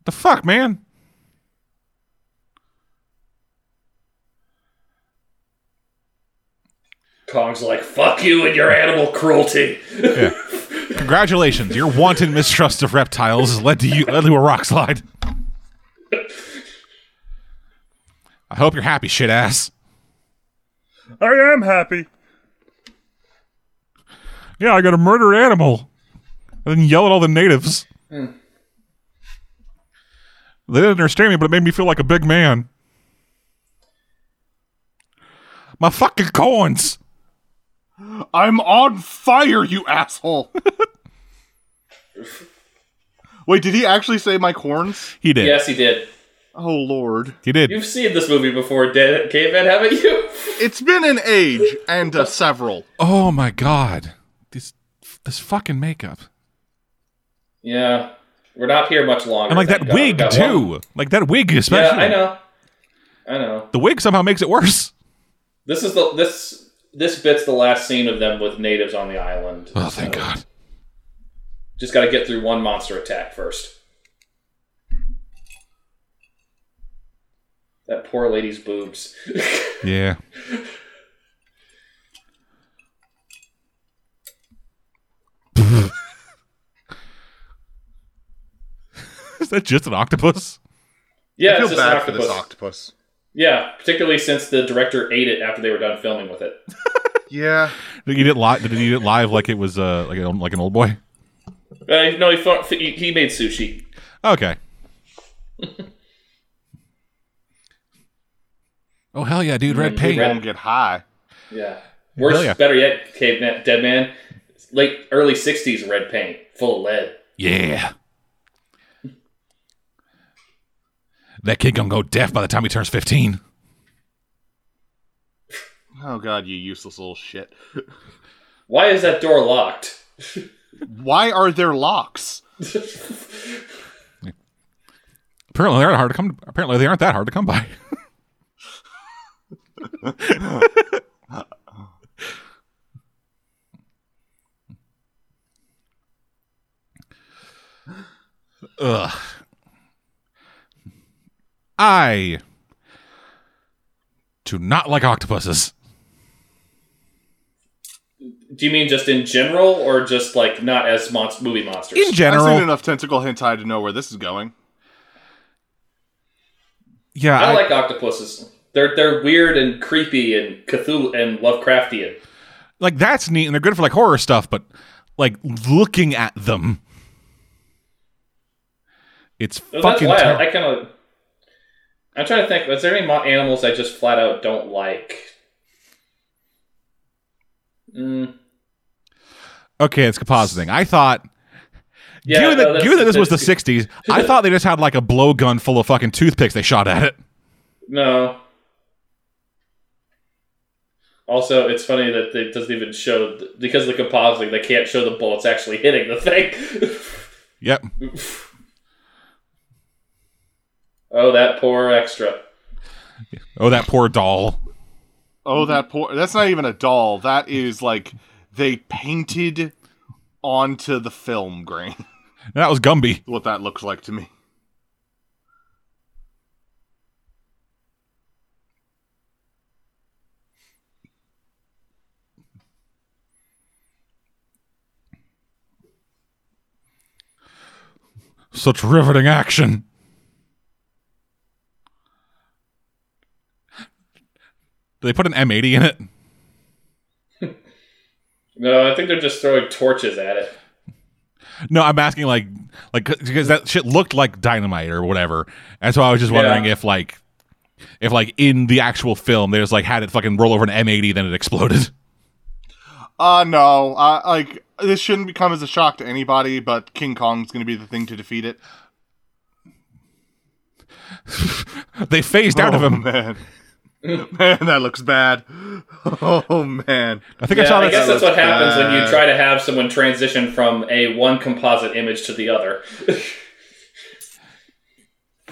The fuck, man?
Kong's like, fuck you and your animal cruelty.
Congratulations, your wanton mistrust of reptiles has led to you led to a rock slide. I hope you're happy, shit ass.
I am happy.
Yeah, I got a murdered animal. And then yell at all the natives. They didn't understand me, but it made me feel like a big man. My fucking coins.
I'm on fire, you asshole. Wait, did he actually say my horns?
He did.
yes, he did.
Oh lord.
He did.
You've seen this movie before, Dead Cave haven't you?
It's been an age and uh, several.
Oh my god. This this fucking makeup.
yeah. We're not here much longer.
And like that
thank God.
wig
Got
too.
one-
Like that wig
Yeah,
especially.
I know. I know.
The wig somehow makes it worse.
This is the this this bit's the last scene of them with natives on the island.
Oh thank
So,
god.
Just got to get through one monster attack first. That poor lady's boobs.
Yeah. Is that just an octopus?
yeah,
I
it's
feel
just an
bad for
octopus.
this octopus.
Yeah, particularly since the director ate it after they were done filming with it.
Yeah.
Did you eat it live? Did you eat it live like it was uh, like an, like an old boy?
Uh, no, he, fu- he he made sushi.
Okay. oh hell yeah, dude! Red paint.
Don't get high.
Yeah. Worse,
Hell yeah.
better yet, caveman, dead man, late early '60s red paint, full of lead.
Yeah. That kid gonna go deaf by the time he turns fifteen.
Oh god, you useless little shit.
Why is that door locked?
Why are there locks?
Apparently, they aren't hard to come. Apparently, they aren't that hard to come by. Ugh. I do not like octopuses.
Do you mean just in general, or just like not as monst- movie monsters?
In
I've seen
general,
enough tentacle hentai to know where this is going.
yeah,
I,
I,
like octopuses. They're they're weird and creepy and Cthulhu and Lovecraftian.
like that's neat, and they're good for like horror stuff. But like looking at them, it's
So that's
fucking.
why
ter-
I, I kind of. I'm trying to think. Is there any mo- animals I just flat out don't like? Mm,
Okay, it's compositing. I thought,
yeah,
given,
no,
that,
that's-
given that this was the
that's-
'60s, I thought they just had like a blowgun full of fucking toothpicks. They shot at it.
No. Also, it's funny that it doesn't even show because of the compositing. They can't show the bullets actually hitting the thing.
Yep.
oh, that poor extra.
Oh, that poor doll.
Oh, that poor. That's not even a doll. That is like they painted onto the film grain.
That was Gumby.
what that looks like to me.
Such riveting action. Did they put an M80 in it?
No, I think they're just throwing torches at it.
No, I'm asking like, like because that shit looked like dynamite or whatever, and so I was just wondering
Yeah.
if like, if like in the actual film they just like had it fucking roll over an M80, then it exploded.
Uh no, I like this shouldn't come as a shock to anybody, but King Kong's going to be the thing to defeat it.
They phased out of
Oh,
him.
man. man, that looks bad. Oh man.
I think I
Yeah,
saw
I
that.
guess that's what happens when you
bad.
try to have someone transition from a one composite image to the other.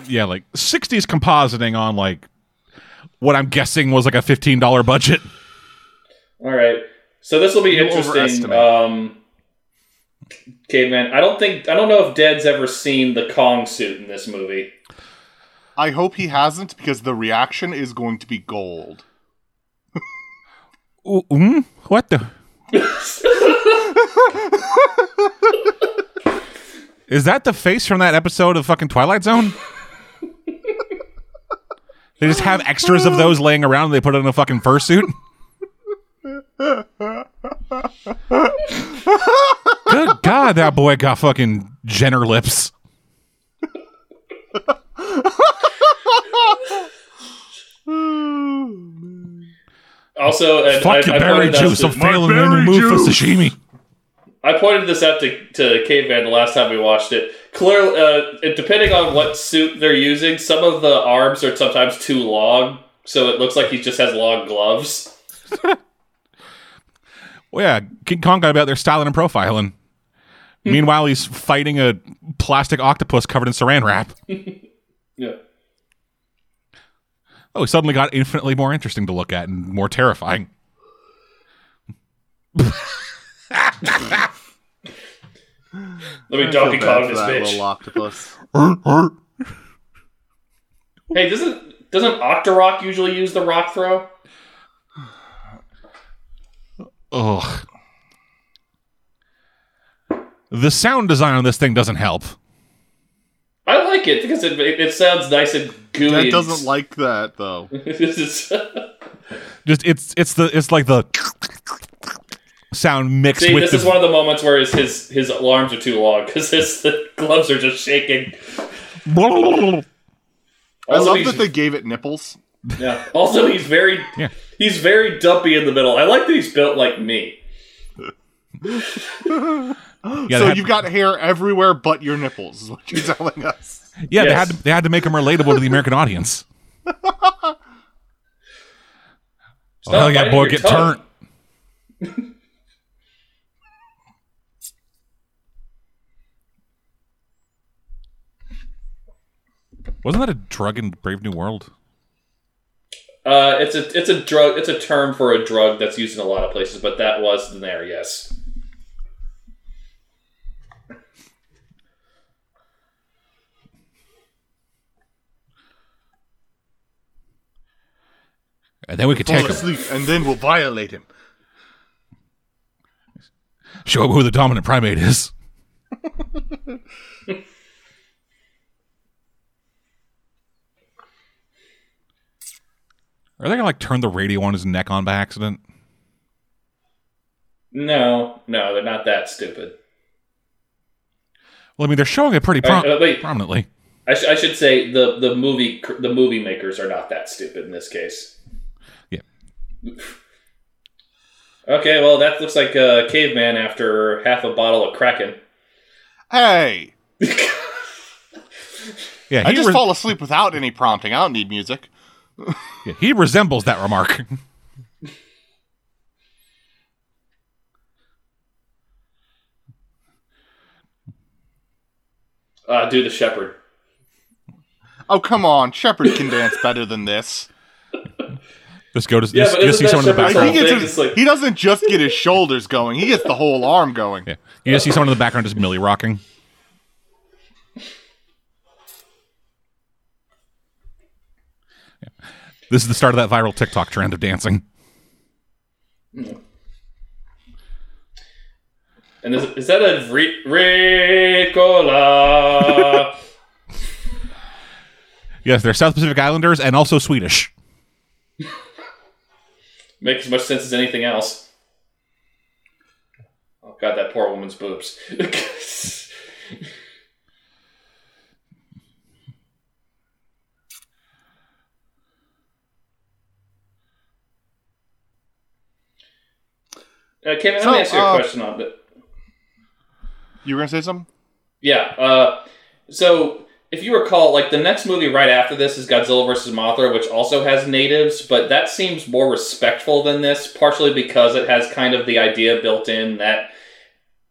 yeah, like '60s compositing on like what I'm guessing was like a fifteen dollar budget.
All right. So this will be
You
interesting.
overestimate.
Um, caveman. I don't think I don't know if Dead's ever seen the Kong suit in this movie.
I hope he hasn't because the reaction is going to be gold.
Ooh, mm, what the? Is that the face from that episode of fucking Twilight Zone? they just have extras of those laying around. And they put it in a fucking fursuit. Good God, that boy got fucking Jenner lips.
Also, and
Fuck
I,
your
I
berry
pointed this
juice.
to-
I'm failing
berry
in the mood for
juice.
sashimi.
I pointed this out to, to Caveman the last time we watched it. Clearly, uh, depending on what suit they're using, some of the arms are sometimes too long, so it looks like he just has long gloves.
Well, yeah, King Kong got about there styling and profiling.
Hmm.
Meanwhile, he's fighting a plastic octopus covered in saran wrap.
Yeah.
Oh, he suddenly got infinitely more interesting to look at and more terrifying.
Let me Donkey
Feel bad
Kong
for
this
that little
bitch.
octopus.
Hey, doesn't doesn't Octorok usually use the rock throw?
Ugh. The sound design on this thing doesn't help.
I like it because it, it sounds nice and gooey.
That
and-
doesn't like that though.
This is-
Just it's it's the it's like the sound mixed
See,
with
this
the
is one of the moments where his his, his alarms are too long because his the gloves are just shaking.
I
Also,
love
he's-
that they gave it nipples.
Yeah. Also, he's very
Yeah.
he's very dumpy in the middle. I like that he's built like me.
yeah,
so
they had-
you've got hair everywhere but your nipples, is what you're telling us.
yeah they
Yes.
had to, they had to make him relatable to the American audience.
Stop
oh yeah,
biting
boy,
your
get
tongue.
turned. Wasn't that a drug in Brave New World?
Uh, it's a it's a drug. It's a term for a drug that's used in a lot of places, but that was in there. Yes.
And then we could
Fall
take him.
asleep, and then we'll violate him.
Show him who the dominant primate is. Are they gonna like turn the radio on his neck on by accident?
No, no, they're not that stupid.
Well, I mean, they're showing it pretty
All
prom-
right, uh, wait.
prominently.
I, sh- I should say the the movie cr- the movie makers are not that stupid in this case.
Yeah.
okay, well that looks like a caveman after half a bottle of Kraken.
Hey,
Yeah,
I just
re-
fall asleep without any prompting. I don't need music.
Yeah, he resembles that remark.
Uh, do the shepherd.
Oh come on, Shepard can dance better than this.
Just go to
Yeah,
just,
but
just see
isn't that
someone in the
Like, he
Shepard's
background.
whole
gets
thing
his-
is like-
he doesn't just get his shoulders going; he gets the whole arm going.
Yeah, you just see someone in the background just milly rocking. Yeah. This is the start of that viral TikTok trend of dancing.
And is, is that a re- Ricola?
Yes, they're South Pacific Islanders and also Swedish.
Make as much sense as anything else. Oh god, that poor woman's boobs. Uh, Kevin,
So,
let me ask you a
uh,
question on that.
You were gonna say something?
Yeah. Uh, so if you recall, like the next movie right after this is Godzilla vs. Mothra, which also has natives, but that seems more respectful than this, partially because it has kind of the idea built in that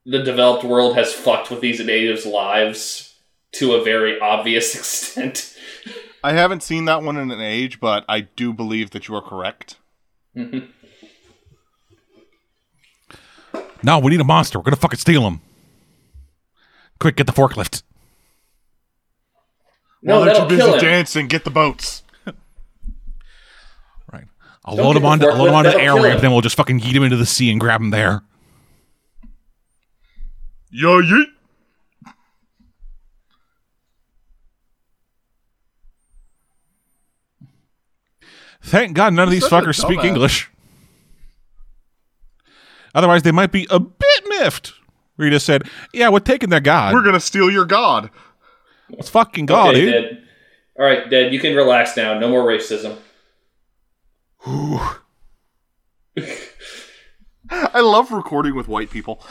the developed world has fucked with these natives' lives to a very obvious extent.
I haven't seen that one in an age, but I do believe that you are correct.
No, we need a monster. We're gonna fucking steal him. Quick, get the forklift.
No,
While they're
that'll
too busy
kill him.
dancing, get the boats.
I'll
Don't
load
get
him
the
onto, I'll load
forklift,
him onto the
that'll
air
kill
ramp,
him.
then we'll just fucking yeet him into the sea and grab him there.
Yo, yeet.
Thank God none of these
such a
fuckers speak
dumbass.
English. Otherwise, they might be a bit miffed. Where you just said, "Yeah, we're taking their god.
We're gonna steal your god.
it's fucking
Oh,
god,
Okay,
dude."
Dad. All right, Dad, you can relax now. No more racism.
I love recording with white people.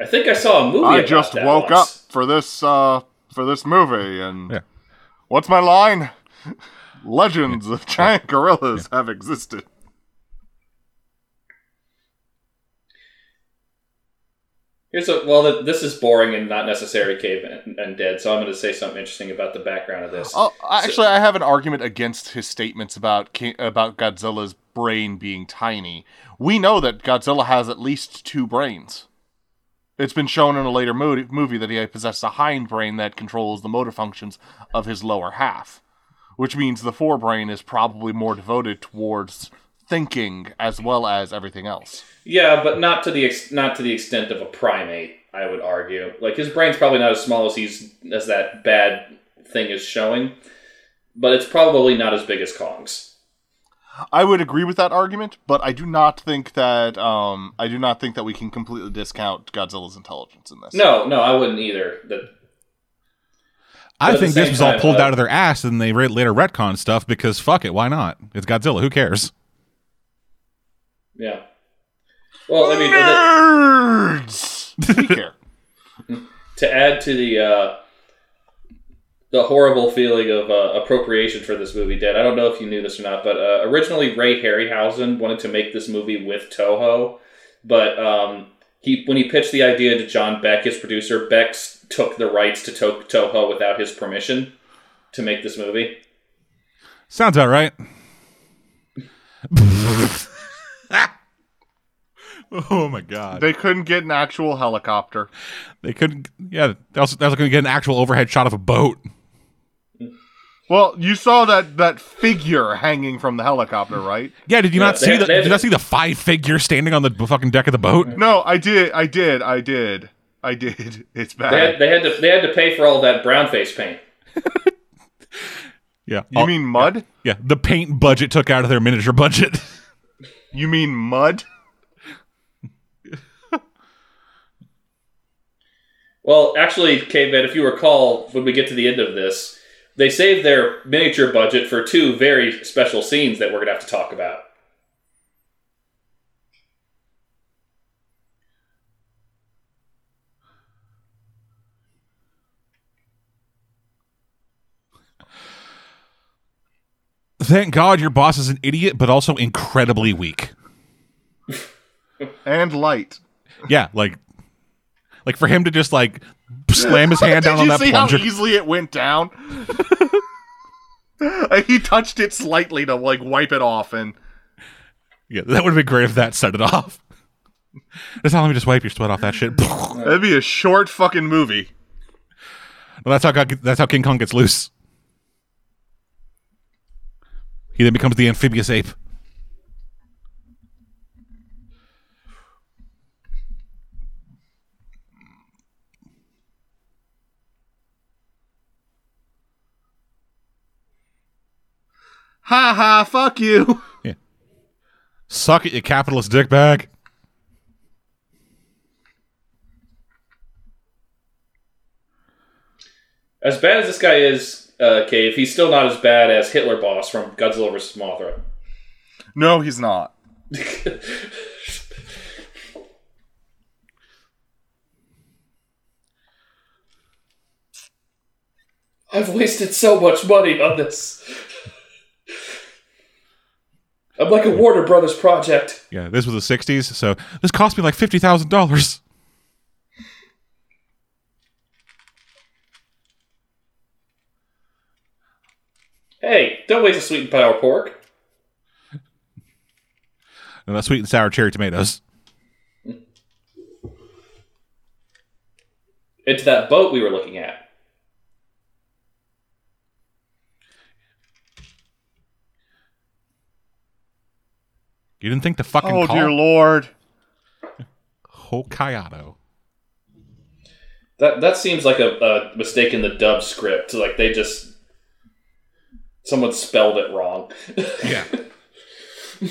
I think I saw a movie.
I
about
just
that
woke up
once.
for this uh for this movie and
Yeah.
what's my line? Legends of giant gorillas have existed.
Here's a well. th- This is boring and not necessary, cave and and dead. So I'm going to say something interesting about the background of this.
Oh, actually, I have an argument against his statements about Ki- about Godzilla's brain being tiny. We know that Godzilla has at least two brains. It's been shown in a later mo- movie that he possesses a hind brain that controls the motor functions of his lower half, which means the forebrain is probably more devoted towards thinking as well as everything else.
Yeah, but not to the ex- not to the extent of a primate. I would argue. Like his brain's probably not as small as he's as that bad thing is showing, but it's probably not as big as Kong's.
I would agree with that argument, but I do not think that um, I do not think that we can completely discount Godzilla's intelligence in this.
No, no, I wouldn't either. That
I
But at
think
the
this
same
was all
time,
pulled
uh,
out of their ass, and they re- later retcon stuff because fuck it, why not? It's Godzilla. Who cares?
yeah. Well, I mean, uh,
nerds. We care.
to add to the uh, the horrible feeling of uh, appropriation for this movie, Dad. I don't know if you knew this or not, but uh, originally Ray Harryhausen wanted to make this movie with Toho, but um, he when he pitched the idea to John Beck, his producer, Beck s- took the rights to, to- Toho without his permission to make this movie.
Sounds about right. oh my god!
They couldn't get an actual helicopter.
They couldn't. Yeah, they also, they also couldn't get an actual overhead shot of a boat.
Well, you saw that that figure hanging from the helicopter, right?
Yeah, did you
Yeah,
not
they-
see the?
they-
Did you not see the five figure standing on the b- fucking deck of the boat?
No, I did, I did, I did, I did. It's
They
bad.
had, they had to they had to pay for all that brown face paint.
Yeah,
You
all-
mean mud?
yeah. The paint budget took out of their miniature budget.
You mean mud?
Well, actually, Caveman, if you recall, when we get to the end of this, they saved their miniature budget for two very special scenes that we're going to have to talk about.
Thank God your boss is an idiot, but also incredibly weak.
And light.
Yeah, like, like for him to just like slam his hand
Did
down on
you
that
see
plunger.
how easily it went down? Like, he touched it slightly to like wipe it off, and
Yeah, that would have been great if that set it off. That's how let me just wipe your sweat off that shit. well,
that'd be a short fucking movie.
that's how God- that's how King Kong gets loose. He then becomes the amphibious ape.
Ha ha! Fuck you.
Suck it, you capitalist dickbag.
As bad as this guy is, uh, Cave, he's still not as bad as Hitler Boss from Godzilla vs. Mothra.
No, he's not.
I've wasted so much money on this. I'm like a Warner Brothers project.
Yeah, this was the 60s, so this cost me like $50,000.
Hey, don't waste a sweet and sour pork.
And that's sweet and sour cherry tomatoes.
It's that boat we were looking at.
You didn't think to fucking
Oh
call
dear lord.
Hokkaido.
That that seems like a, a mistake in the dub script. Like they just someone spelled it wrong.
Yeah.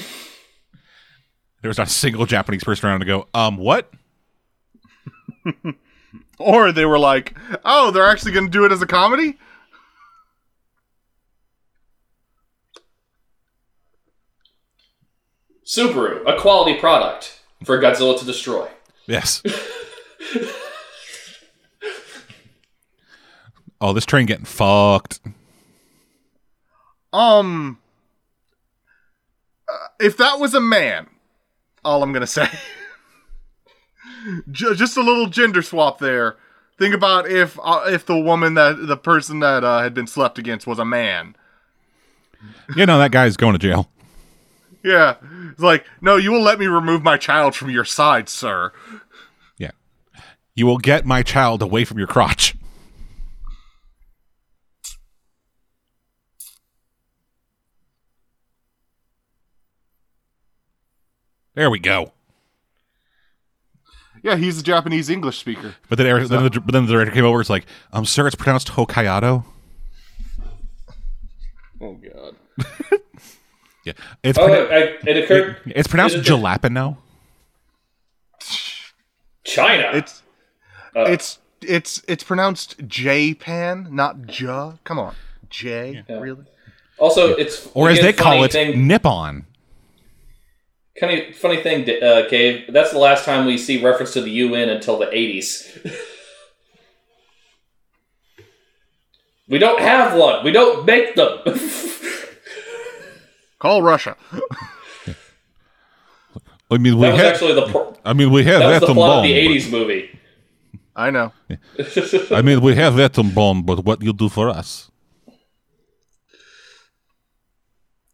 there was not a single Japanese person around to go, um, what?
Or they were like, "Oh, they're actually going to do it as a comedy."
Subaru, a quality product for Godzilla to destroy.
Yes. oh, this train getting fucked.
Um, uh, if that was a man, all I'm gonna say. Ju- Just a little gender swap there. Think about if uh, if the woman that the person that uh, had been slept against was a man.
You know, that guy's going to jail.
Yeah, it's like no, you will let me remove my child from your side, sir.
Yeah. You will get my child away from your crotch. There we go.
Yeah, he's a Japanese English speaker.
But then, Eric, then, the, but then the director came over. It's like, um, sir, it's pronounced Hokkaido.
Oh god.
Yeah, it's
Oh,
pronu-
I, it occurred.
it's pronounced
it- it-
jalapeno.
China.
It's
Uh,
it's it's it's pronounced J-pan, not ja. Come on, J really?
also it's
or as
again,
they call
funny
it,
thing-
Nippon.
Kind of funny thing, uh, Cave. That's the last time we see reference to the UN until the '80s. we don't have one. We don't make them.
Call Russia.
I mean, we
that was
have.
actually the pro-
I mean, we have
that was
that
the
bomb.
plot of the '80s movie.
I know.
I mean, we have that bomb, but what you do for us?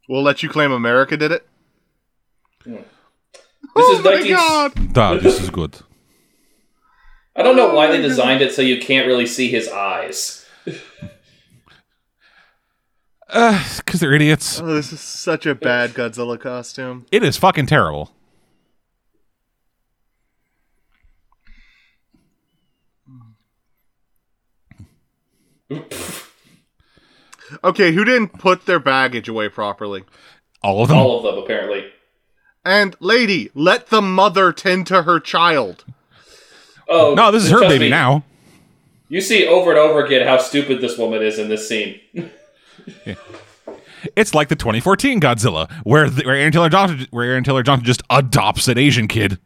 We'll let you claim America did it.
This
oh
is
my
19
god!
Da, this is good.
I don't know why they designed it so you can't really see his eyes.
Because Uh, they're idiots.
Oh, this is such a bad Godzilla costume.
It is fucking terrible.
Okay, who didn't put their baggage away properly?
All of them.
All of them, apparently.
And lady, let the mother tend to her child.
Oh
no, this is her
trust
baby
me,
now.
You see over and over again how stupid this woman is in this scene.
It's like the 2014 Godzilla, where the, where Aaron Taylor Johnson where Aaron Taylor Johnson just adopts an Asian kid.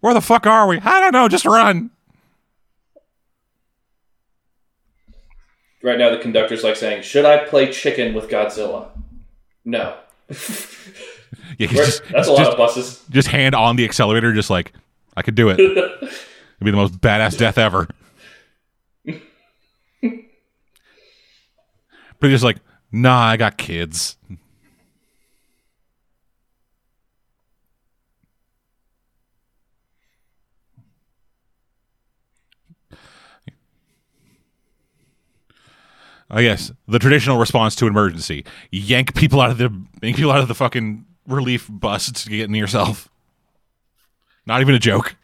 Where the fuck are we? I don't know. Just run.
Right now, the conductor's like saying, "Should I play chicken with Godzilla?" No.
Yeah, he's
We're-
just,
that's a lot
just,
of buses.
just hand on the accelerator, just like I could do it. It'd be the most badass death ever. but he's just like, nah, I got kids. I guess the traditional response to an emergency: yank people out of the yank people out of the fucking relief bus to get in yourself. Not even a joke.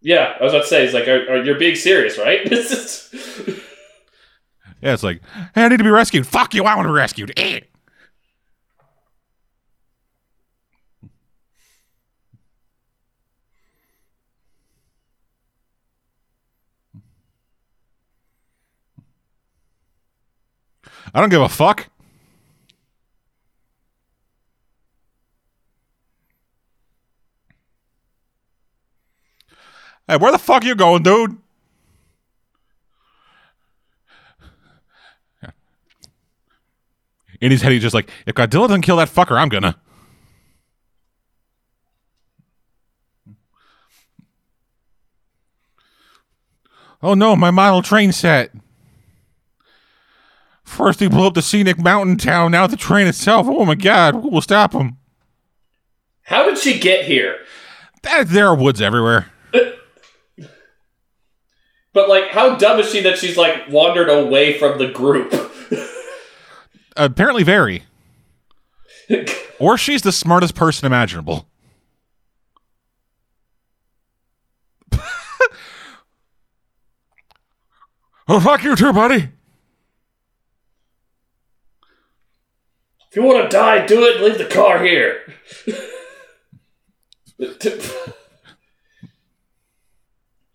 Yeah, I was about to say, it's like, are, are, you're being serious, right? This is-
Yeah, it's like, hey, I need to be rescued. Fuck you, I want to be rescued. Eh. I don't give a fuck. Hey, where the fuck you going, dude? In his head, he's just like, if Godzilla doesn't kill that fucker, I'm gonna. Oh no, my model train set. First he blew up the scenic mountain town, now the train itself. Oh my god, we will stop him.
How did she get here?
That, there are woods everywhere.
But like, how dumb is she that she's like wandered away from the group?
Apparently, very. Or she's the smartest person imaginable. oh, fuck you too, buddy.
If you want to die, do it. Leave the car here.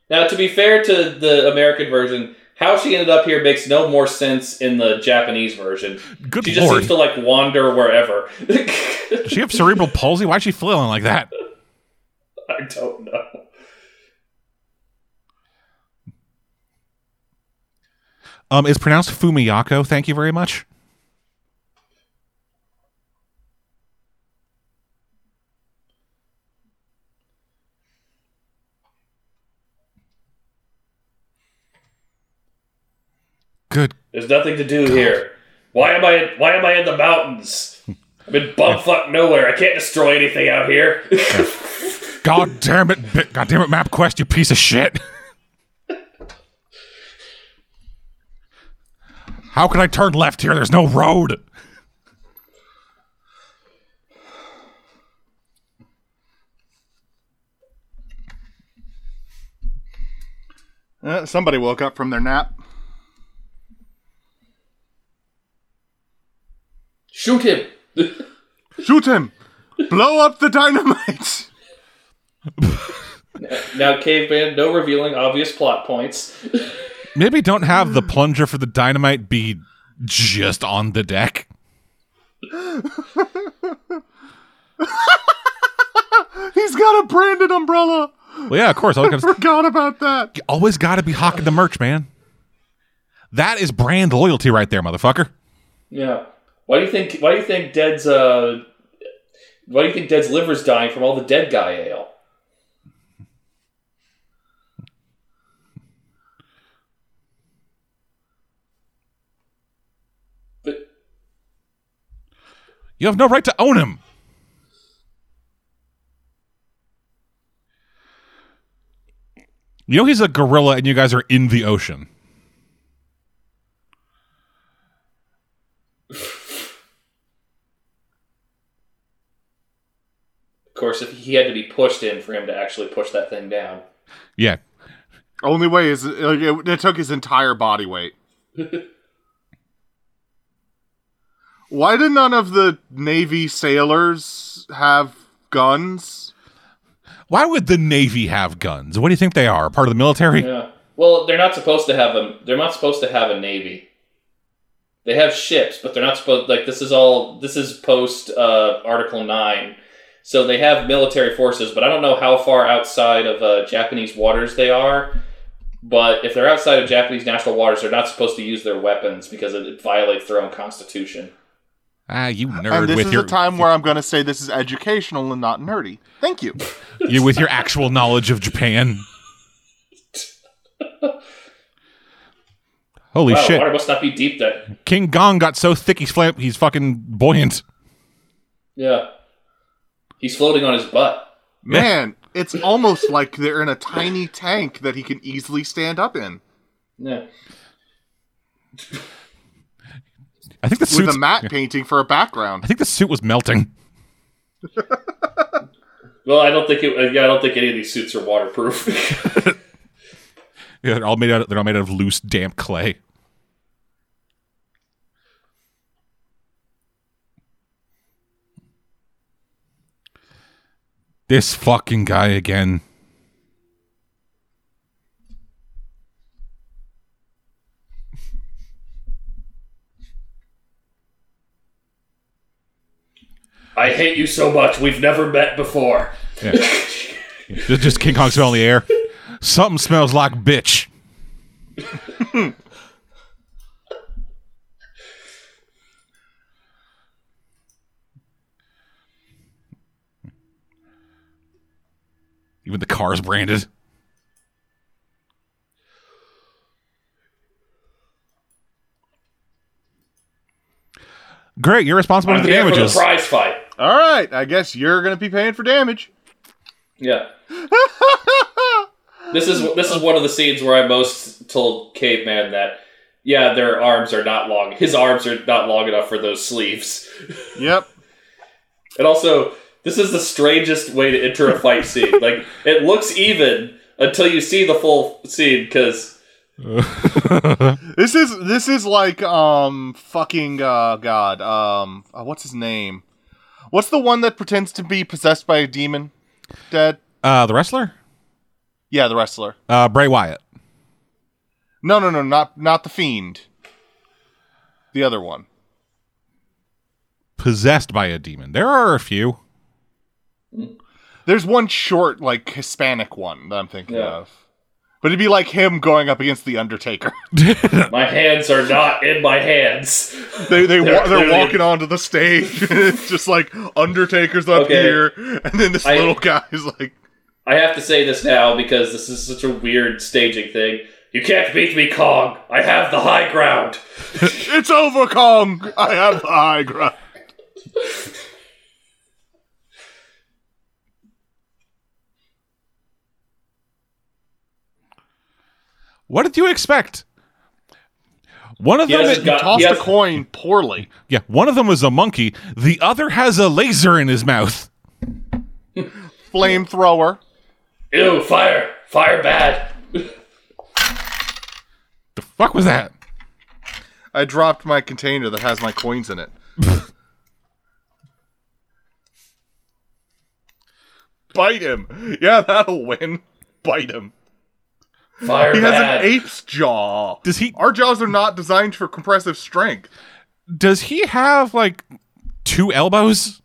now, to be fair to the American version, how she ended up here makes no more sense in the Japanese version.
Good
She just
lord.
seems to like wander wherever. I
Does she have cerebral palsy? Why'd she flailing like that?
don't know.
Um, it's pronounced Fumiyako. Thank you very much. Good.
There's nothing to do here. Why am I? Why am I in the mountains? I'm in bumfuck nowhere. I can't destroy anything out here.
God damn it! Bi- God damn it, MapQuest, you piece of shit! How can I turn left here? There's no road.
Uh, somebody woke up from their nap.
Shoot him.
Shoot him! Blow up the dynamite!
Now, caveman, no revealing obvious plot points.
Maybe don't have the plunger for the dynamite be just on the deck.
He's got a branded umbrella!
Well, yeah, of course. All gotta,
Forgot about that!
you always got to be hawking the merch, man. That is brand loyalty right there, motherfucker.
Yeah. Why do you think? Why do you think Dead's? Uh, why do you think Dead's liver's dying from all the dead guy ale? But
You have no right to own him. You know he's a gorilla, and you guys are in the ocean.
of course, if he had to be pushed in for him to actually push that thing down.
Yeah,
Only way is like, it, it took his entire body weight. Why did none of the Navy sailors have guns?
Why would the Navy have guns? What do you think they are? Part of the military?
Yeah. Well, they're not supposed to have a. They're not supposed to have a navy. They have ships, but they're not supposed. Like this is all. This is post uh, Article Nine, so they have military forces. But I don't know how far outside of uh, Japanese waters they are. But if they're outside of Japanese national waters, they're not supposed to use their weapons because it, it violates their own constitution.
Ah, you
and
nerd
this
with
is
your
a time where I'm going to say this is educational and not nerdy. Thank you.
you with your actual knowledge of Japan. Holy
Wow,
shit!
water must not be deep then.
King Gong got so thick he's flam- he's fucking buoyant.
Yeah, he's floating on his butt.
Man, it's almost like they're in a tiny tank that he can easily stand up in
Yeah.
I think the
with
suit.
a matte painting for a background.
I think the suit was melting.
Well, I don't think it. Yeah, I don't think any of these suits are waterproof.
Yeah, they're all made out. Of, they're all made out of loose, damp clay. This fucking guy again.
I hate you so much. We've never met before.
Just, just King Kong smell in the air. Something smells like bitch. Even the car's branded. Great, you're responsible
I'm
for the
here
damages.
for the prize fight.
All right, I guess you're gonna be paying for damage.
Yeah. this is this is one of the scenes where I most told Caveman that yeah, their arms are not long. His arms are not long enough for those sleeves.
Yep.
And also, this is the strangest way to enter a fight scene. Like it looks even until you see the full scene because
This is this is like um fucking uh god um uh, what's his name? What's the one that pretends to be possessed by a demon? Dead.
uh, the wrestler?
Yeah, the wrestler.
Uh, Bray Wyatt.
No, no, no, not not the fiend. The other one.
Possessed by a demon. There are a few.
There's one short like Hispanic one that I'm thinking
Yeah.
of. But it'd be like him going up against the Undertaker.
my hands are not in my hands.
They they
They're
wa- they're
clearly-
walking onto the stage, it's just like Undertaker's up
Okay.
here, and then this
I-
little guy's like,
I have to say this now because this is such a weird staging thing. You can't beat me, Kong. I have the high ground.
"It's over, Kong! I have the high ground."
What did you expect? One of
He
them,
hasn't got-
Tossed
he
a
hasn't-
coin poorly.
yeah, one of them was a monkey. The other has a laser in his mouth.
Flamethrower.
Ew, fire! Fire bad!
The fuck was that?
I dropped my container that has my coins in it. Bite him. Yeah, that'll win. Bite him.
Fire
He has
bad!
an ape's jaw.
Does he-
Our jaws are not designed for compressive strength.
Does he have like two elbows?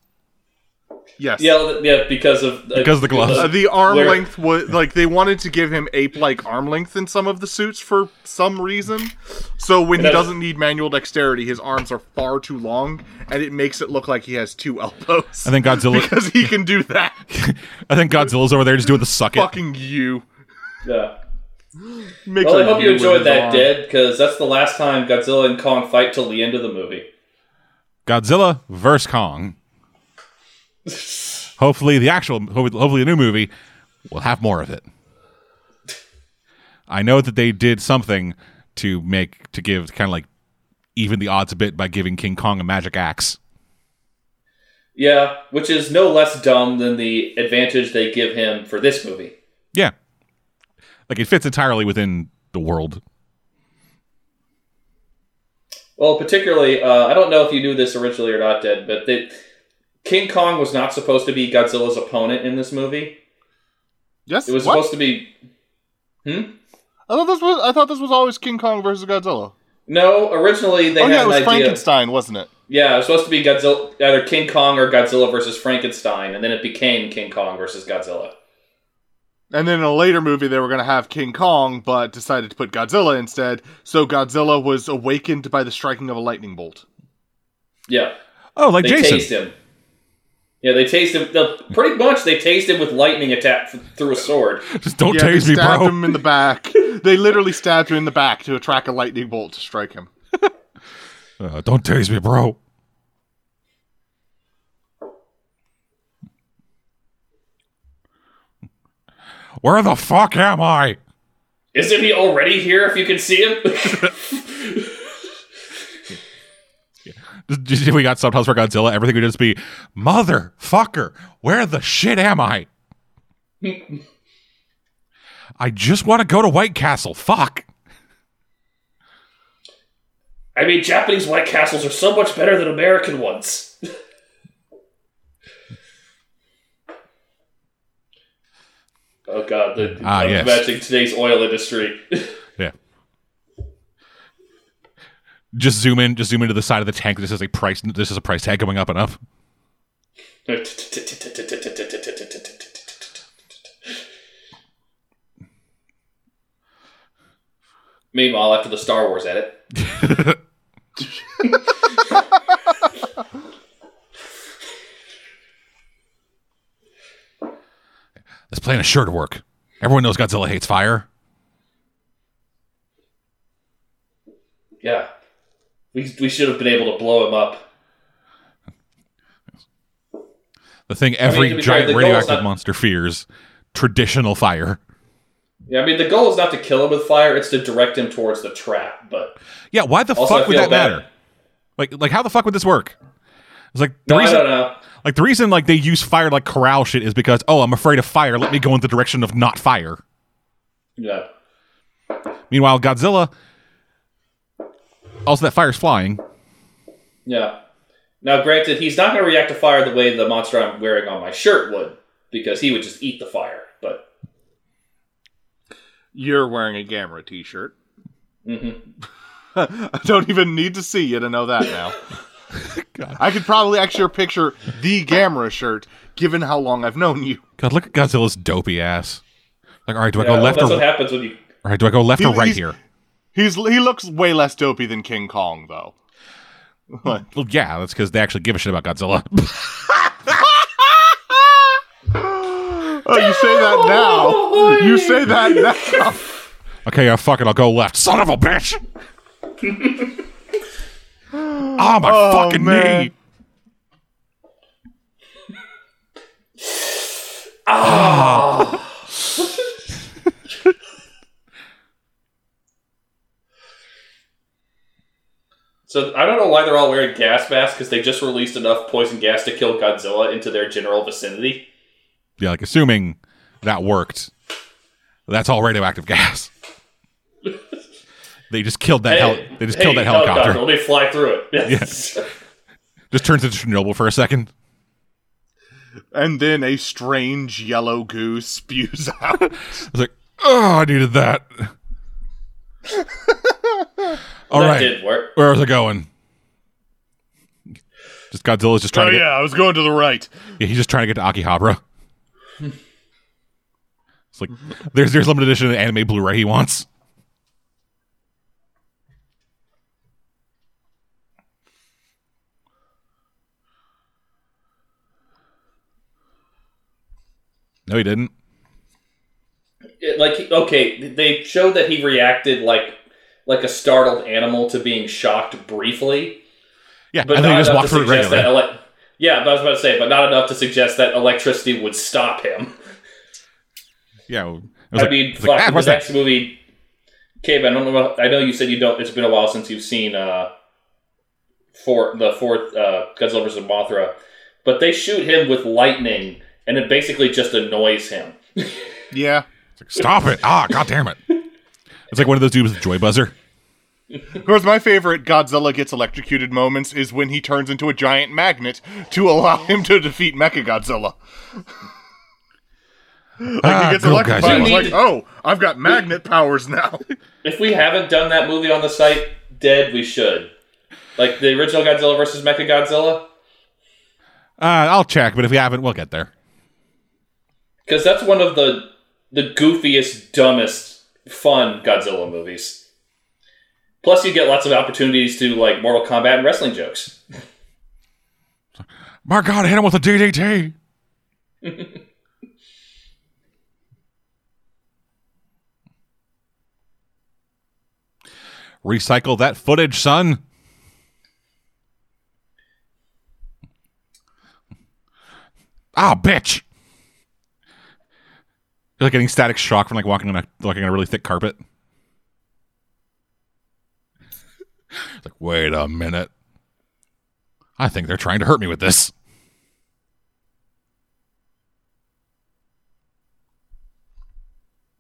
Yes.
yeah, th- yeah, because of uh,
Because of the gloves.
Uh, the arm
Where-
length was like they wanted to give him ape-like arm length in some of the suits for some reason. So when he
That's-
doesn't need manual dexterity, his arms are far too long, and it makes it look like he has two elbows.
I think Godzilla.
because he can do that.
I think Godzilla's over there just doing the suck it.
Fucking you.
yeah.
Makes
Well, I
a
hope
U
you
with
enjoyed
his
that,
arm.
Dead, because that's the last time Godzilla and Kong fight till the end of the movie.
Godzilla versus Kong. Hopefully, the actual, hopefully, a new movie will have more of it. I know that they did something to make to give kind of like even the odds a bit by giving King Kong a magic axe.
Yeah, which is no less dumb than the advantage they give him for this movie.
Yeah, like it fits entirely within the world.
Well, particularly, uh, I don't know if you knew this originally or not, Dead, but they, King Kong was not supposed to be Godzilla's opponent in this movie.
Yes.
It was
what?
supposed to be. Hmm?
I thought this was. I thought this was always King Kong versus Godzilla.
No, originally they
oh
had
yeah, it was
an idea.
Frankenstein, wasn't it?
Yeah, it was supposed to be Godzilla, either King Kong or Godzilla versus Frankenstein, and then it became King Kong versus Godzilla.
And then in a later movie, they were going to have King Kong, but decided to put Godzilla instead. So Godzilla was awakened by the striking of a lightning bolt.
Yeah,
Oh, like
they
Jason.
tased him. Yeah, they tased him. No, pretty much, they tased him with lightning attack th- through a sword.
Just don't
yeah, they
tase me,
stabbed
bro.
him in the back. they literally stabbed him in the back to attract a lightning bolt to strike him.
Uh, don't tase me, bro. Where the fuck am I?
Isn't he already here? If you can see him,
Just- We got subtitles for Godzilla. Everything would just be, motherfucker, where the shit am I? I just want to go to White Castle. Fuck.
I mean, Japanese White Castles are so much better than American ones. oh God, the,
Ah,
I'm
yes.
imagining today's oil industry.
Yeah. Just zoom in. Just zoom into the side of the tank. This is a price. This is a price tag going up and up.
Meanwhile, after the Star Wars edit,
This plan is sure to work. Everyone knows Godzilla hates fire.
yeah, we we should have been able to blow him up.
The thing
mean,
every
to be fair,
giant
the goal is
radioactive
not-
monster fears traditional fire.
Yeah, I mean the goal is not to kill him with fire; it's to direct him towards the trap. But
Yeah, why the
also, I
fuck would
feel
that
bad.
matter? Like like how the fuck would this work? It's like the
No, I
reason
don't know.
like the reason like they use fire like corral shit is because oh I'm afraid of fire, let me go in the direction of not fire.
Yeah,
Meanwhile, Godzilla also that fire's flying.
yeah. Now, granted, he's not going to react to fire the way the monster I'm wearing on my shirt would, because he would just eat the fire. But
You're wearing a Gamera t-shirt.
Mhm.
Mm-hmm. I don't even need to see you to know that now. I could probably actually picture the Gamera shirt, given how long I've known you.
God, look at Godzilla's dopey ass. Like, all right, do I
Yeah,
go left
that's
or
what happens when you.
all right? Do I go left or
He-
right
he's-
here?
He's he looks way less dopey than King Kong though.
Well, yeah, that's because they actually give a shit about Godzilla.
Oh, you say that now. You say that now.
okay, yeah, fuck it, I'll go left. Son of a bitch! Ah, my
Oh,
fucking
man.
knee!
So I don't know why they're all wearing gas masks because they just released enough poison gas to kill Godzilla into their general vicinity.
Yeah, like assuming that worked. That's all radioactive gas. they just killed that.
Hey,
heli- they just
hey,
killed that helicopter.
Let me fly through it. Yes.
Just turns into Chernobyl for a second.
And then a strange yellow goose spews out.
I was like, oh, I needed that. all
that
right,
did work.
where was I going? Just Godzilla's just trying
Oh
to get
yeah, I was going to the right.
Yeah, he's just trying to get to Akihabara. it's like there's there's limited edition anime Blu-ray he wants. No, he didn't.
It- like okay they showed that he reacted like like a startled animal to being shocked briefly
Yeah,
but
and then
not
he just
enough
walked
to
through it
suggest that
regularly.
ele- yeah but i was about to say but not enough to suggest that electricity would stop him
yeah, it was
i
like,
mean
it was
fuck,
like, ah, what's
the
that?
next movie Cave, I don't know. About, I know you said you don't. It's been a while since you've seen uh, for the fourth uh, Godzilla vs. Mothra, but they shoot him with lightning, and it basically just annoys him.
Yeah.
It's like, Stop it! Ah, god damn it! It's like one of those dudes with a joy buzzer.
Of course, my favorite Godzilla gets electrocuted moments is when he turns into a giant magnet to allow him to defeat Mechagodzilla. Like
Ah,
he gets
good
electrified. and
Godzilla.
is like, oh, I've got magnet powers now.
If we haven't done that movie on the site, dead, we should. Like the original Godzilla versus Mechagodzilla,
Uh, I'll check, but if we haven't, we'll get there.
because that's one of the the goofiest, dumbest, fun Godzilla movies. Plus, you get lots of opportunities to like Mortal Kombat and wrestling jokes.
My god, I hit him with a DDT! Recycle that footage, son. Ah, bitch! You're like getting static shock from like walking on a walking on a really thick carpet. It's like, wait a minute. I think they're trying to hurt me with this.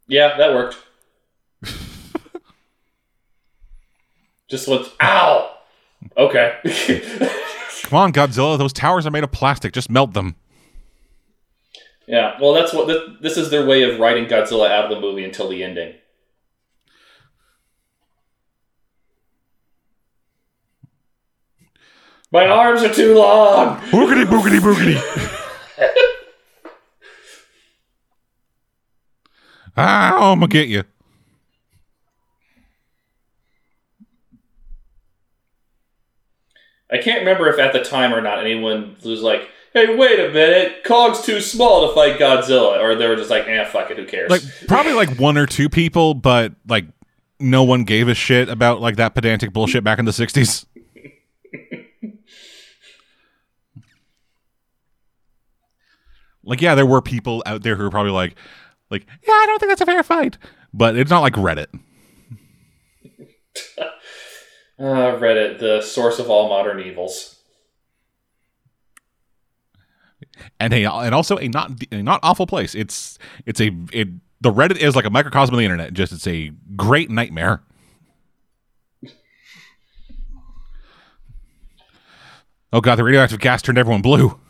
Yeah, that worked. Just went, ow. Okay.
Come on, Godzilla. Those towers are made of plastic. Just melt them.
yeah. Well, that's what th- this is their way of writing Godzilla out of the movie until the ending. My arms are too long.
Boogity boogity boogity. ah, I'm gonna get you.
I can't remember if at the time or not anyone was like, "Hey, wait a minute, Kong's too small to fight Godzilla," or they were just like, "Eh, fuck it, who cares?"
Like probably like one or two people, but like no one gave a shit about like that pedantic bullshit back in the '60s. like yeah, there were people out there who were probably like, like yeah, I don't think that's a fair fight, but it's not like Reddit.
Ah, Reddit, the source of all modern evils.
and a and also a not a not awful place. It's it's a it the Reddit is like a microcosm of the internet. Just it's a great nightmare. Oh god, the radioactive gas turned everyone blue.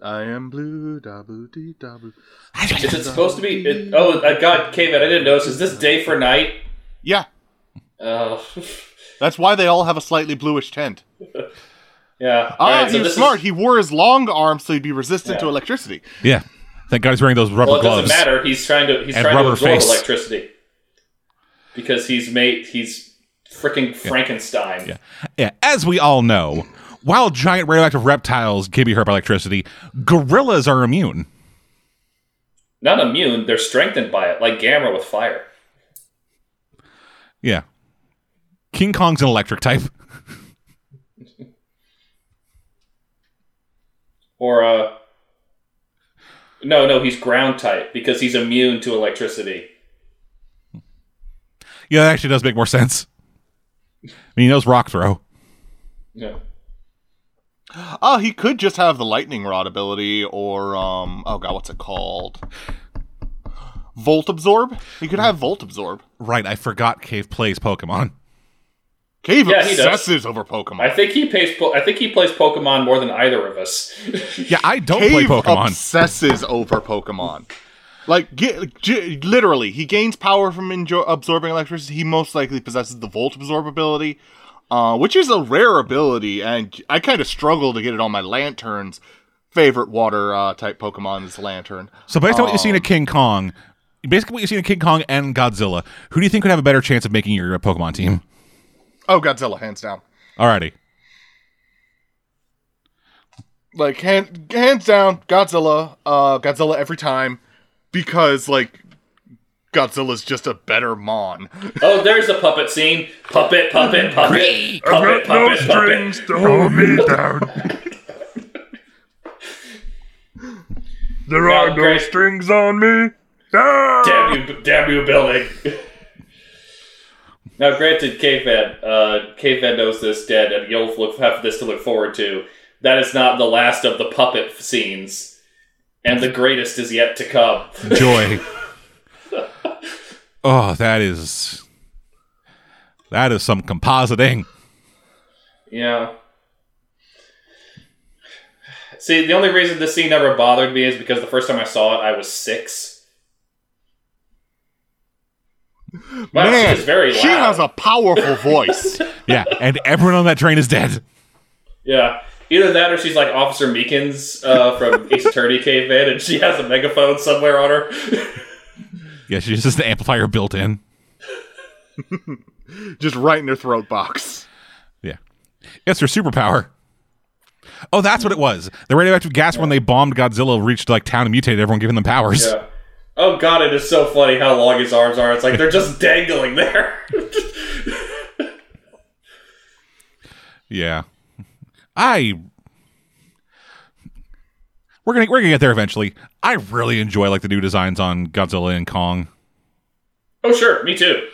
I am blue, dabu dee dabu.
Is it supposed to be? It, oh, I got came in. I didn't notice. Is this day for night?
Yeah,
Oh,
that's why they all have a slightly bluish tint.
yeah. All
Ah,
right,
he
so
was
this
smart.
Is,
He wore his long arms so he'd be resistant to electricity.
Yeah, thank God he's wearing those rubber
well, it
gloves.
doesn't matter. He's trying to. He's
And
trying to
rubber
absorb
face.
electricity because he's made. He's freaking Frankenstein.
Yeah. yeah, as we all know, while giant radioactive reptiles can be hurt by electricity, gorillas are immune.
Not immune. They're strengthened by it, like Gamera with fire.
Yeah, King Kong's an electric type.
Or uh No, no, he's ground type because he's immune to electricity.
Yeah, that actually does make more sense. I mean, he knows rock throw.
Yeah.
Oh, he could just have the lightning rod ability, or um, oh god, what's it called? Volt absorb. He could have volt absorb.
Right, I forgot Cave plays Pokemon.
Cave
Yeah, he does.
obsesses over Pokemon.
I think he plays po- I think he plays Pokemon more than either of us.
Yeah, I don't
Cave
play Pokemon.
obsesses over Pokemon. Like, ge- ge- literally, he gains power from enjo- absorbing electricity. He most likely possesses the Volt Absorb ability, uh, which is a rare ability, and I kind of struggle to get it on my Lantern's favorite water uh, type Pokemon is Lantern.
so based on what you see in a King Kong, basically what you see in a King Kong and Godzilla, who do you think would have a better chance of making your Pokemon team?
Oh, Godzilla, hands down.
Alrighty.
like hand, hands down godzilla uh godzilla every time because like godzilla's just a better mon
oh, there's the puppet scene. Puppet, puppet, puppet.
I've
puppet,
got
puppet, puppet.
no strings to hold me down. There are no
great.
strings on me. Ah!
Damn you, damn you, building. now, granted, Caveman, uh, Caveman knows this dead, and you'll look, have this to look forward to. That is not the last of the puppet scenes, and the greatest is yet to come.
Joy. oh, that is that is some compositing.
Yeah. See, the only reason this scene never bothered me is because the first time I saw it, I was six. Wow,
man
she's very loud.
she has a powerful voice
Yeah, and everyone on that train is dead.
yeah. Either that or she's like Officer Meekins uh, from Ace Attorney Cave In, and she has a megaphone somewhere on her.
Yeah, she just has the amplifier built in.
just right in her throat box
Yeah. It's her superpower. Oh, that's what it was. The radioactive gas when they bombed Godzilla reached like town and mutated everyone, giving them powers.
yeah. Oh god, it is so funny how long his arms are. It's like they're just dangling there.
Yeah. I We're gonna we're gonna get there eventually. I really enjoy like the new designs on Godzilla and Kong.
oh sure, me too.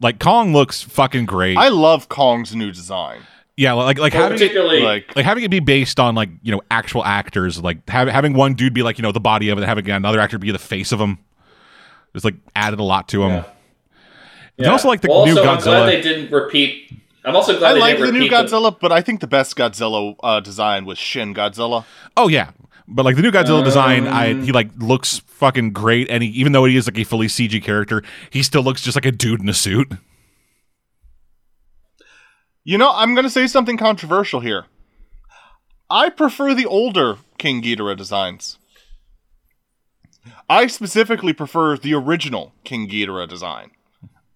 Like Kong looks fucking great.
i love kong's new design
yeah, like like having it,
particularly
like
like having it be based on like, you know, actual actors, like have, having one dude be like, you know, the body of it, having another actor be the face of him. Just like added a lot to him.
Yeah.
And also like the
Well,
new
also, I'm glad
Godzilla.
they didn't repeat. I'm also
i
glad they
like
didn't
the new
repeat
godzilla but i think the best godzilla uh, design was shin godzilla
Oh yeah, but like the new Godzilla design, I he like looks fucking great, and he, even though he is like a fully CG character, he still looks just like a dude in a suit.
You know, I'm going to say something controversial here. I prefer the older King Ghidorah designs. I specifically prefer the original King Ghidorah design.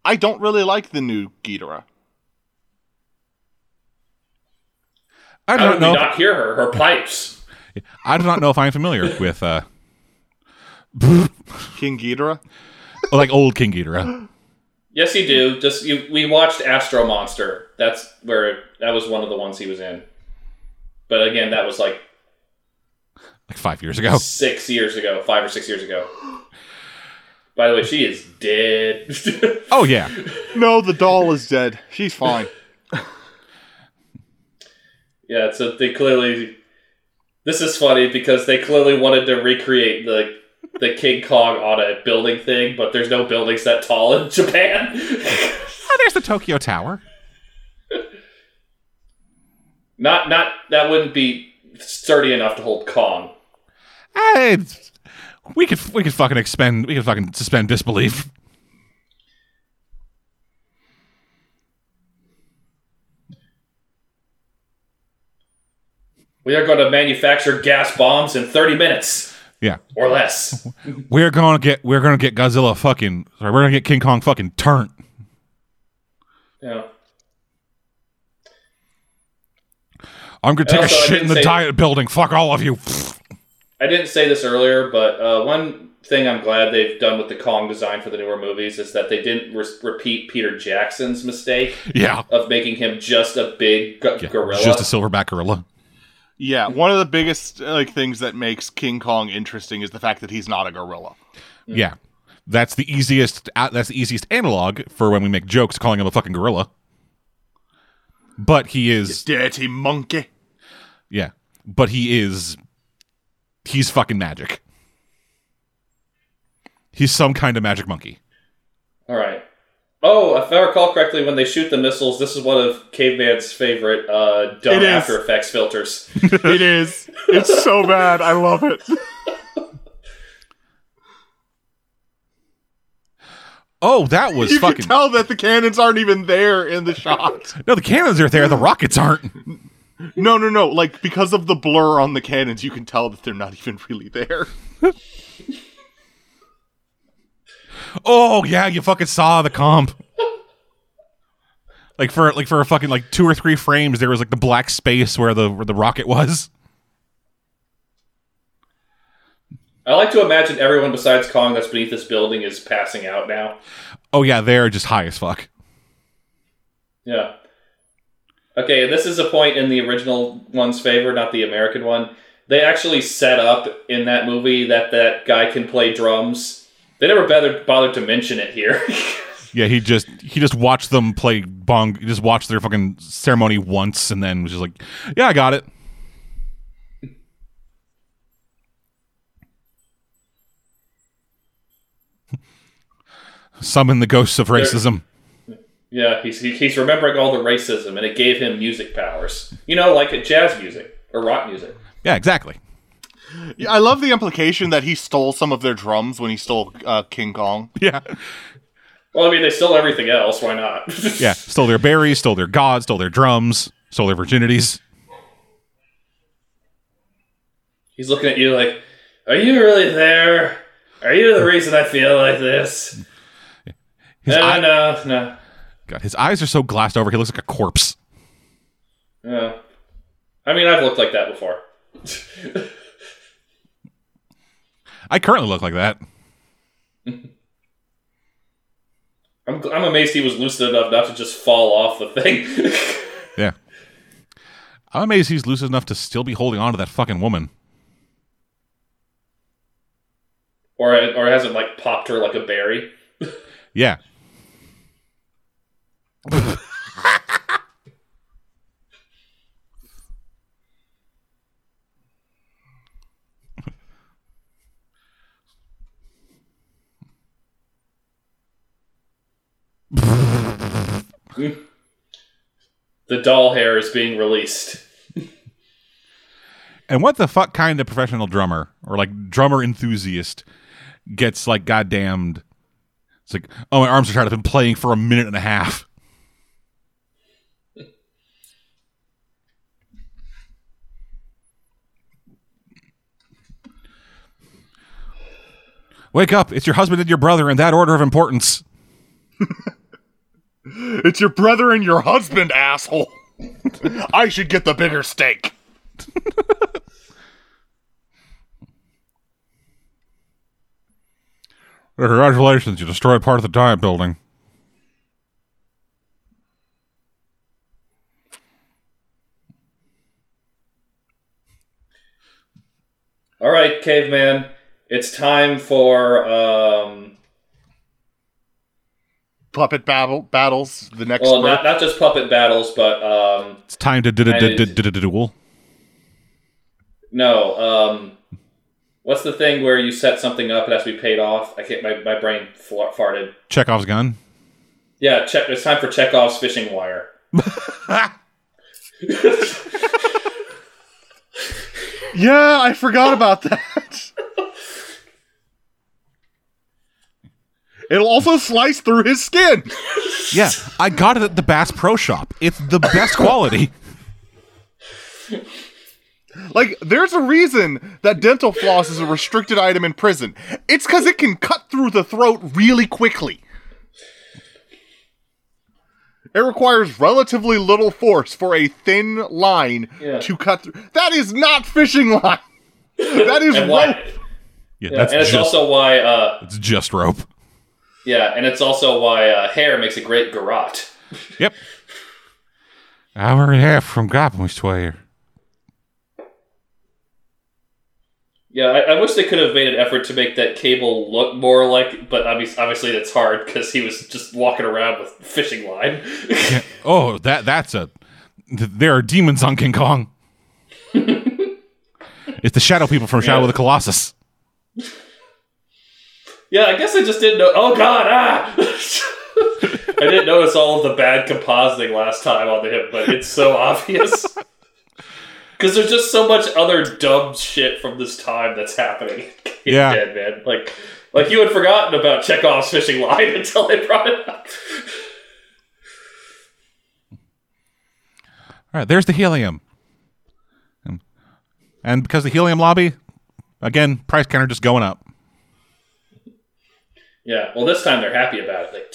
I don't really like the new Ghidorah.
I do
How did
not
we
know.
not hear her? Her pipes.
I do not know if I'm familiar with uh,
King Ghidorah?
oh, like old King Ghidorah.
Yes, you do. Just you, we watched Astro Monster. That's where that was one of the ones he was in. But again, that was like
Like five years ago.
six years ago, five or six years ago. By the way, she is dead.
Oh yeah.
No, the doll is dead. She's fine.
yeah, so they clearly. This is funny because they clearly wanted to recreate the the King Kong on a building thing, but there's no buildings that tall in Japan.
Oh, there's the Tokyo Tower.
not not that wouldn't be sturdy enough to hold Kong.
Eh, it's- we could we could fucking expend we could fucking suspend disbelief.
We are going to manufacture gas bombs in 30 minutes
Yeah,
or less.
we're gonna get we're gonna get Godzilla fucking sorry we're gonna get King Kong fucking turnt.
yeah.
I'm gonna
And
take
also, I
a shit in
didn't
the
say-
diet building. Fuck all of you.
I didn't say this earlier, but uh, one thing I'm glad they've done with the Kong design for the newer movies is that they didn't re- repeat Peter Jackson's mistake
Yeah,
of making him just a big g-
yeah
gorilla.
just a silverback gorilla.
Yeah, one of the biggest like things that makes King Kong interesting is the fact that he's not a gorilla.
Mm.
Yeah, that's the easiest. Uh, that's the easiest analog for when we make jokes calling him a fucking gorilla. But he is,
Dirty monkey.
yeah. But he is, he's fucking magic. He's some kind of magic monkey.
All right. Oh, if I recall correctly, when they shoot the missiles, this is one of Caveman's favorite uh,
It
dumb
is.
After Effects filters.
it is. It's so bad. I love it.
Oh, that was
you
fucking.
can tell that the cannons aren't even there in the shot.
No, the cannons are there. The rockets aren't.
No, no, no. Like because of the blur on the cannons, you can tell that they're not even really there.
Oh yeah, you fucking saw the comp. Like for like for a fucking like two or three frames, there was like the black space where the where the rocket was.
I like to imagine everyone besides Kong that's beneath this building is passing out now.
Oh yeah, they're just high as fuck.
Yeah. Okay, and this is a point in the original one's favor, not the American one. They actually set up in that movie that that guy can play drums. They never bothered, bothered to mention it here.
Yeah, he just he just watched them play bong. He just watched their fucking ceremony once, and then was just like, "Yeah, I got it." Summon the ghosts of racism.
yeah, he's, he- he's remembering all the racism, and it gave him music powers. You know, like jazz music or rock music.
Yeah, exactly.
Yeah, I love the implication that he stole some of their drums when he stole uh, King Kong.
Yeah,
Well, I mean, they stole everything else. Why not?
yeah. Stole their berries, stole their gods, stole their drums, stole their virginities.
He's looking at you like, "Are you really there? Are you the reason I feel like this?"
His
no,
eye-
no, no.
God, his eyes are so glassed over. He looks like a corpse.
Yeah. I mean, I've looked like that before.
I currently look like that.
I'm, I'm amazed he was lucid enough not to just fall off the thing.
Yeah. I'm amazed he's loose enough to still be holding on to that fucking woman.
or, or hasn't, like, popped her like a berry.
Yeah.
The doll hair is being released.
And what the fuck kind of professional drummer or like drummer enthusiast gets like goddamned? It's like, oh, my arms are tired. I've been playing for a minute and a half. Wake up! It's your husband and your brother in that order of importance.
It's your brother and your husband, asshole. I should get the bigger steak.
Congratulations, you destroyed part of the diet building.
All right, caveman. It's time for um,
Puppet battle battles. The next
well,
one.
not, not just puppet battles, but um,
It's time to
I need to-
duel.
no. Um, what's the thing where you set something up it has to be paid off? I can't. My, my brain fla- farted.
Chekhov's gun.
Yeah, check. It's time for Chekhov's fishing wire.
yeah, I forgot about that. It'll also slice through his skin.
Yeah, I got it at the Bass Pro Shop. It's the best quality.
Like, there's a reason that dental floss is a restricted item in prison. It's because it can cut through the throat really quickly. It requires relatively little force for a thin line
Yeah.
to cut through. That is not fishing line. That is
And why?
rope.
Yeah,
Yeah,
that's
and it's
just
also why. Uh,
it's just rope.
yeah, and it's also why uh, hair makes a great garrote.
Yep. Hour and a half from Goblin's Twayer.
Yeah, I, I wish they could have made an effort to make that cable look more like, but obviously, obviously that's hard because he was just walking around with fishing line.
Yeah. Oh, that that's a. th- There are demons on King Kong. it's the shadow people from Shadow
Yeah.
of the Colossus.
yeah, I guess I just didn't know. Oh God, ah! I didn't notice all of the bad compositing last time on the hip, but it's so obvious because there's just so much other dumb shit from this time that's happening.
Yeah.
Dead man, like like you had forgotten about Chekhov's fishing line until they brought it up.
All right, there's the helium. And- And because the helium lobby, again, price counter just going up.
Yeah, well, this time they're happy about it. Like,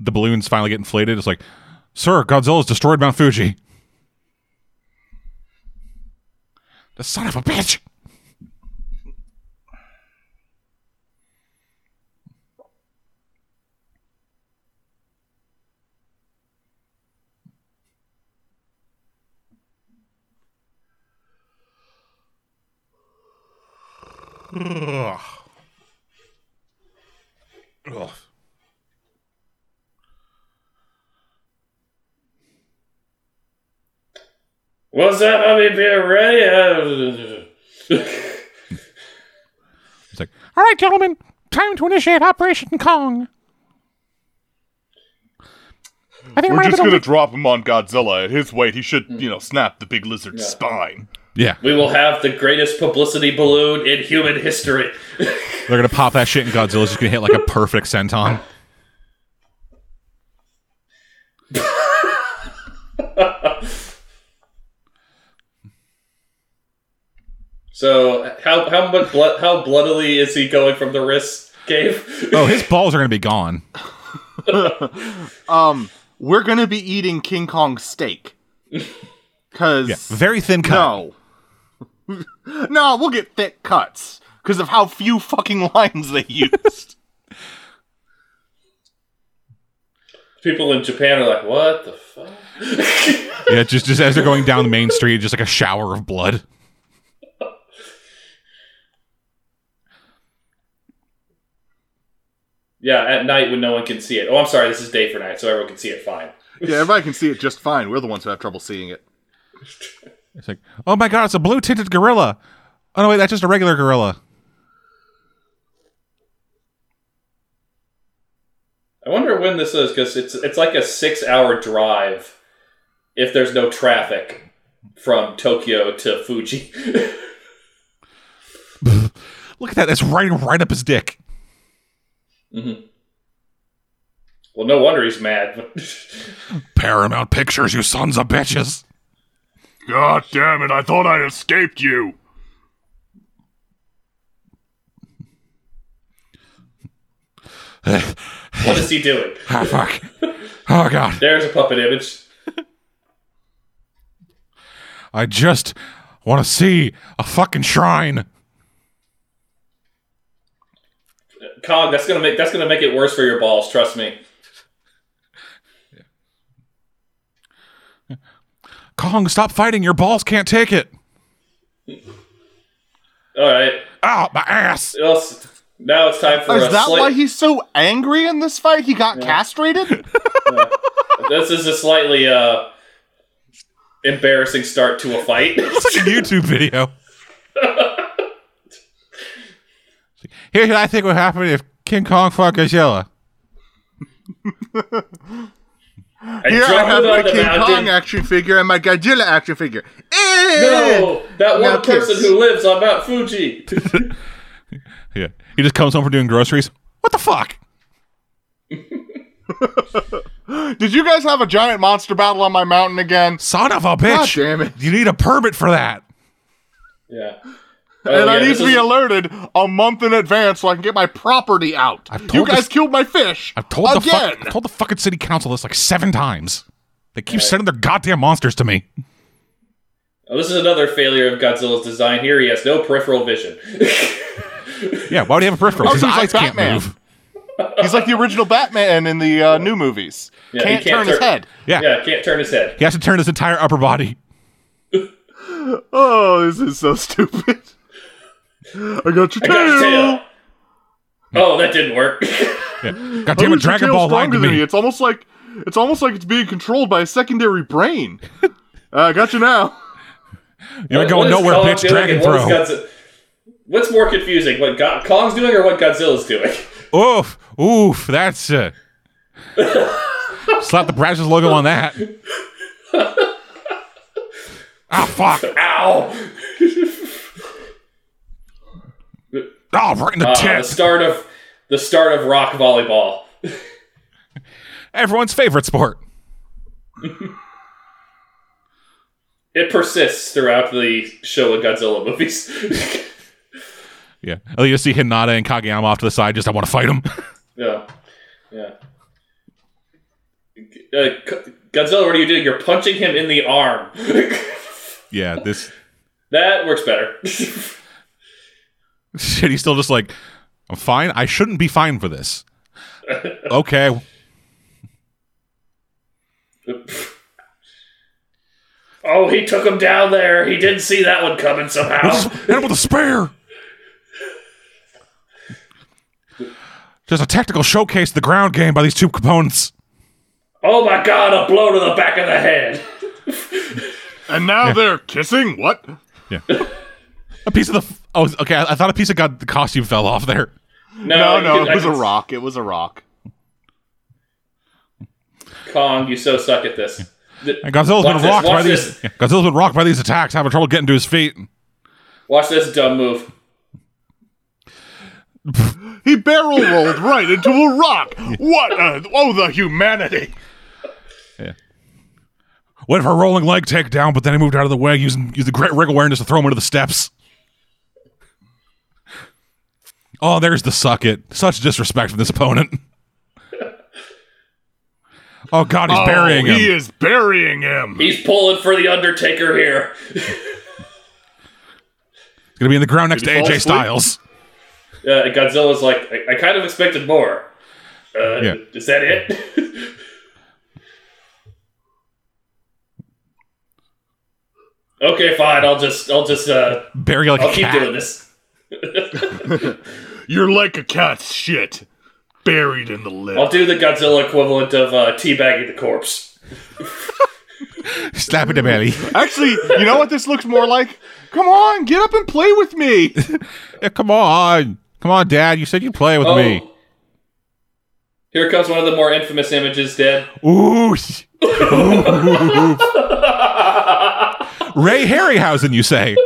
The balloons finally get inflated. It's like, sir, Godzilla's destroyed Mount Fuji. The son of a bitch.
Ugh.
Ugh.
What's up, Bobby Beer Radio?
It's like, all right, gentlemen, time to initiate Operation Kong. I think
We're
might have
just
been
going
over-
to drop him on Godzilla. At his weight, he should, you know, snap the big lizard's spine.
yeah,
we will have the greatest publicity balloon in human history.
they're gonna pop that shit, and Godzilla's just gonna hit like a perfect senton.
So, how how much blood, how bloodily is he going from the wrist cave?
Oh, his balls are gonna be gone.
Um, we're going to be eating King Kong steak. Because.
Yeah, very thin cut.
No. no, we'll get thick cuts because of how few fucking lines they used.
People in Japan are like, "What the fuck?"
Yeah, just just as they're going down the main street, just like a shower of blood.
yeah, at night when no one can see it. Oh, I'm sorry, this is day for night, so everyone can see it fine.
yeah, everybody can see it just fine. We're the ones who have trouble seeing it.
It's like, oh my god, it's a blue tinted gorilla. Oh no, wait, that's just a regular gorilla.
I wonder when this is because it's it's like a six hour drive if there's no traffic from Tokyo to Fuji.
Look at that, that's right right up his dick.
hmm Well, no wonder he's mad.
Paramount Pictures, you sons of bitches.
God damn it, I thought I escaped you.
what is he doing?
Eh, Ah, fuck. Oh, God.
There's a puppet image.
I just want to see a fucking shrine.
Kong, that's gonna make that's gonna make it worse for your balls. Trust me.
Kong, stop fighting. Your balls can't take it.
All right.
Ow, my ass.
Well, s- now it's time for
Is
a
that
slight.
why he's so angry in this fight? He got castrated?
this is a slightly uh, embarrassing start to a fight.
It's like a YouTube video. Here's what I think would happen if King Kong fought Godzilla.
I
Here I
drop
have
it
my
on the
King
mountain.
Kong action figure and my Godzilla action figure.
no, that
Now
one person
kiss.
who lives on Mount Fuji.
Yeah. He just comes home from doing groceries. What the fuck?
Did you guys have a giant monster battle on my mountain again?
Son of a
God
bitch.
damn it.
You need a permit for that.
Oh, Yeah.
and I need
this
to be
is-
alerted a month in advance so I can get my property out.
I've
You
told
guys
this-
killed my fish.
I've told the
again.
fuck, I've told the fucking city council this like seven times. They keep sending their goddamn monsters to me.
oh, this is another failure of Godzilla's design. Here he has no peripheral vision.
Yeah, why would he have a peripheral?
Oh,
His
he's like
eyes can't
Batman.
move.
He's like the original Batman in the uh, new movies.
Yeah, he
can't,
can't
turn his
turn-
head.
Yeah.
yeah, can't turn his head.
He has to turn his entire upper body.
Oh, this is so stupid. I got your
I got his
tail.
tail. Oh, that didn't work.
God damn
Oh,
it,
your
Dragon
tail's
Ball lied
stronger
to
than
me.
you. It's almost like it's almost like it's being controlled by a secondary brain. Uh, I got you now.
You're
What-
going
what is
nowhere,
Kong
bitch.
doing
Dragon
and what is
throw.
Godzi- What's more confusing, what Go- Kong's doing or what Godzilla's doing?
Oof, oof, that's it. Slap the Brazos logo on that. Ah, fuck.
Ow!
Oh, right in
Ah,
the
Uh, the
tit.
start of the start of rock volleyball.
Everyone's favorite sport.
It persists throughout the show of Godzilla movies.
Yeah. Oh, you see Hinata and Kageyama off to the side, just I want to fight him.
yeah, yeah. Uh, G- Godzilla, what are you doing? You're punching him in the arm.
yeah, this
that works better.
shit, he's still just like, I'm fine. I shouldn't be fine for this. Okay.
oh, he took him down there. He didn't see that one coming somehow.
Hit him with a spear. Just a technical showcase of the ground game by these two components.
Oh my god, a blow to the back of the head.
And now they're kissing. What?
A piece of the. F- oh, okay. I, I thought a piece of God, the costume fell off there.
No,
you
no,
can-
it was
I
a
can-
rock. It was a rock.
Kong, you so suck at this. Th-
And Godzilla's
Watch
been
this,
rocked by
watch
these.
this.
yeah, Godzilla's been rocked by these attacks, having trouble getting to his feet.
Watch this dumb move.
He barrel rolled right into a rock. What? A, oh, the humanity.
Went for a rolling leg takedown, but then he moved out of the way, using used the great rig awareness to throw him into the steps. Oh, there's the suck it. Such disrespect from this opponent. Oh God, he's
Oh,
burying him.
He is burying him.
He's pulling for the Undertaker here.
He's gonna be in the ground next to
Did he fall
AJ
asleep?
Styles.
Uh, Godzilla's like, I, I kind of expected more. Uh,
Yeah.
Is that it? okay, fine. I'll just, I'll just, uh,
Bury like
I'll
a
keep
cat.
doing this.
You're like a cat's shit, buried in the lip.
I'll do the Godzilla equivalent of uh, teabagging the corpse.
Slap in the belly.
Actually, you know what this looks more like? Come on, get up and play with me.
Yeah, come on, come on, Dad. You said you'd play with me.
Oh. Here comes one of the more infamous images, Dad.
Oh.
Ooh. sh- Ooh. Ray Harryhausen, you say?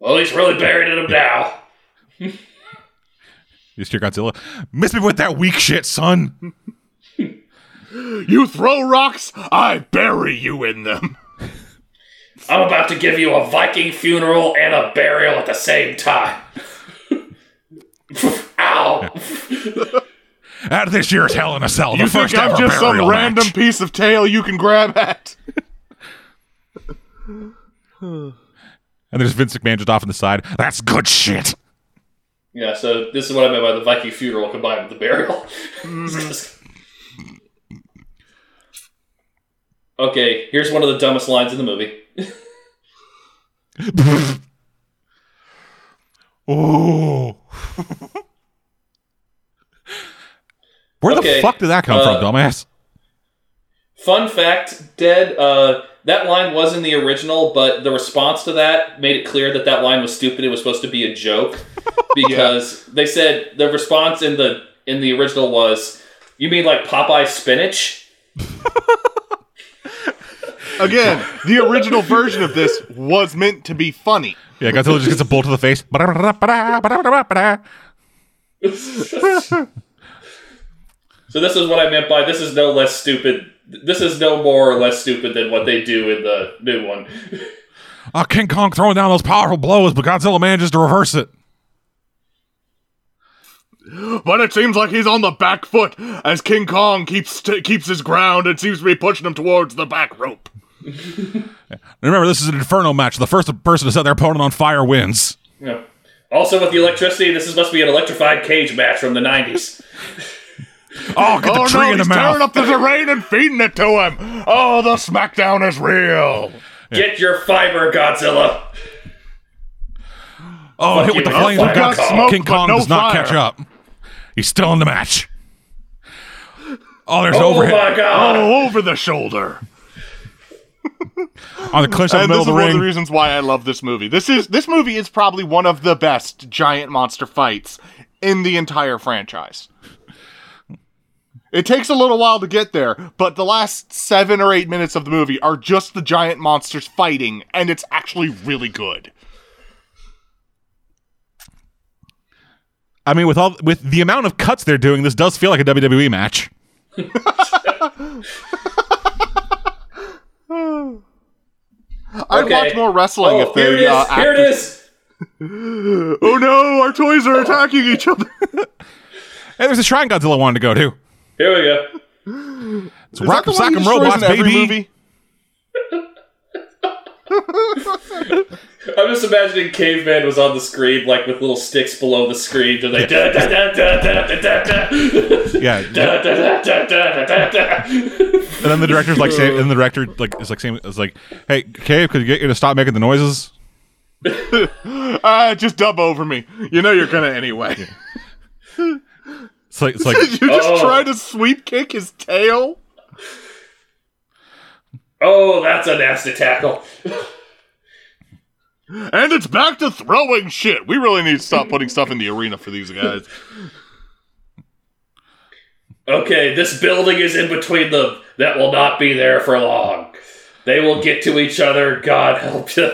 Well, he's really buried in him now.
Mr. Godzilla, miss me with that weak shit, son.
You throw rocks, I bury you in them.
I'm about to give you a Viking funeral and a burial at the same time. Ow!
At this year's Hell in a Cell, the
You
first
think I'm
ever
just some
burial
random
match.
piece of tail you can grab at?
And there's Vince McMahon just off on the side. That's good shit.
Yeah, so this is what I meant by the Viking funeral combined with the burial. okay, here's one of the dumbest lines in the movie.
Oh. Where the
Okay,
fuck did that come
uh,
from, dumbass?
Fun fact, Dead, uh, that line was in the original, but the response to that made it clear that that line was stupid. It was supposed to be a joke because they said the response in the in the original was, "You mean like Popeye spinach?"
Again, the original version of this was meant to be funny.
Yeah, Godzilla just gets a bolt to the face.
so this is what I meant by this is no less stupid. This is no more or less stupid than what they do in the new one.
Oh, King Kong throwing down those powerful blows, but Godzilla manages to reverse it.
But it seems like he's on the back foot as King Kong keeps keeps his ground and seems to be pushing him towards the back rope.
And remember, this is an inferno match. The first person to set their opponent on fire wins.
Yeah. Also, with the electricity, this is, must be an electrified cage match from the '90s.
Oh, get the
oh
tree
no,
in the
he's tearing
mouth.
up the terrain and feeding it to him. Oh, the smackdown is real.
Get your fiber, Godzilla.
Oh, hit
you,
with the
I'll
flames.
fire
King
Got
Kong-
smoke,
King
but
Kong
no
does not
fire.
catch up. He's still in the match. Oh, there's
Oh
overhead
my god!
Oh, over the shoulder.
on the clinch in the middle of the
And this is one of the
ring.
reasons why I love this movie. This is this movie is probably one of the best giant monster fights in the entire franchise. It takes a little while to get there, but the last seven or eight minutes of the movie are just the giant monsters fighting, and it's actually really good.
I mean, with all with the amount of cuts they're doing, this does feel like a WWE match.
I'd
Okay.
watch more wrestling
Oh,
if
here it
they
is!
uh,
here it is!
acted- Oh no, our toys are attacking each other.
Hey, there's a shrine Godzilla wanted to go to.
Here we go.
It's rock,
the one
sock, and
he destroys
robots,
in every
baby.
movie?
I'm just imagining caveman was on the screen, like with little sticks below the screen, and like da da da da da da da da.
Yeah, and
Da, da, da, da, da, da, da.
then the director's like, saying, and the director like is like saying, is like, hey, Cave, could you get you to stop making the noises?
Uh, just dub over me. You know you're gonna anyway.
It's like, it's like,
Did you just
Oh.
try to sweep kick his tail?
oh, that's a nasty tackle.
And it's back to throwing shit. We really need to stop putting stuff in the arena for these guys.
Okay, this building is in between them. That will not be there for long. They will get to each other. God help you.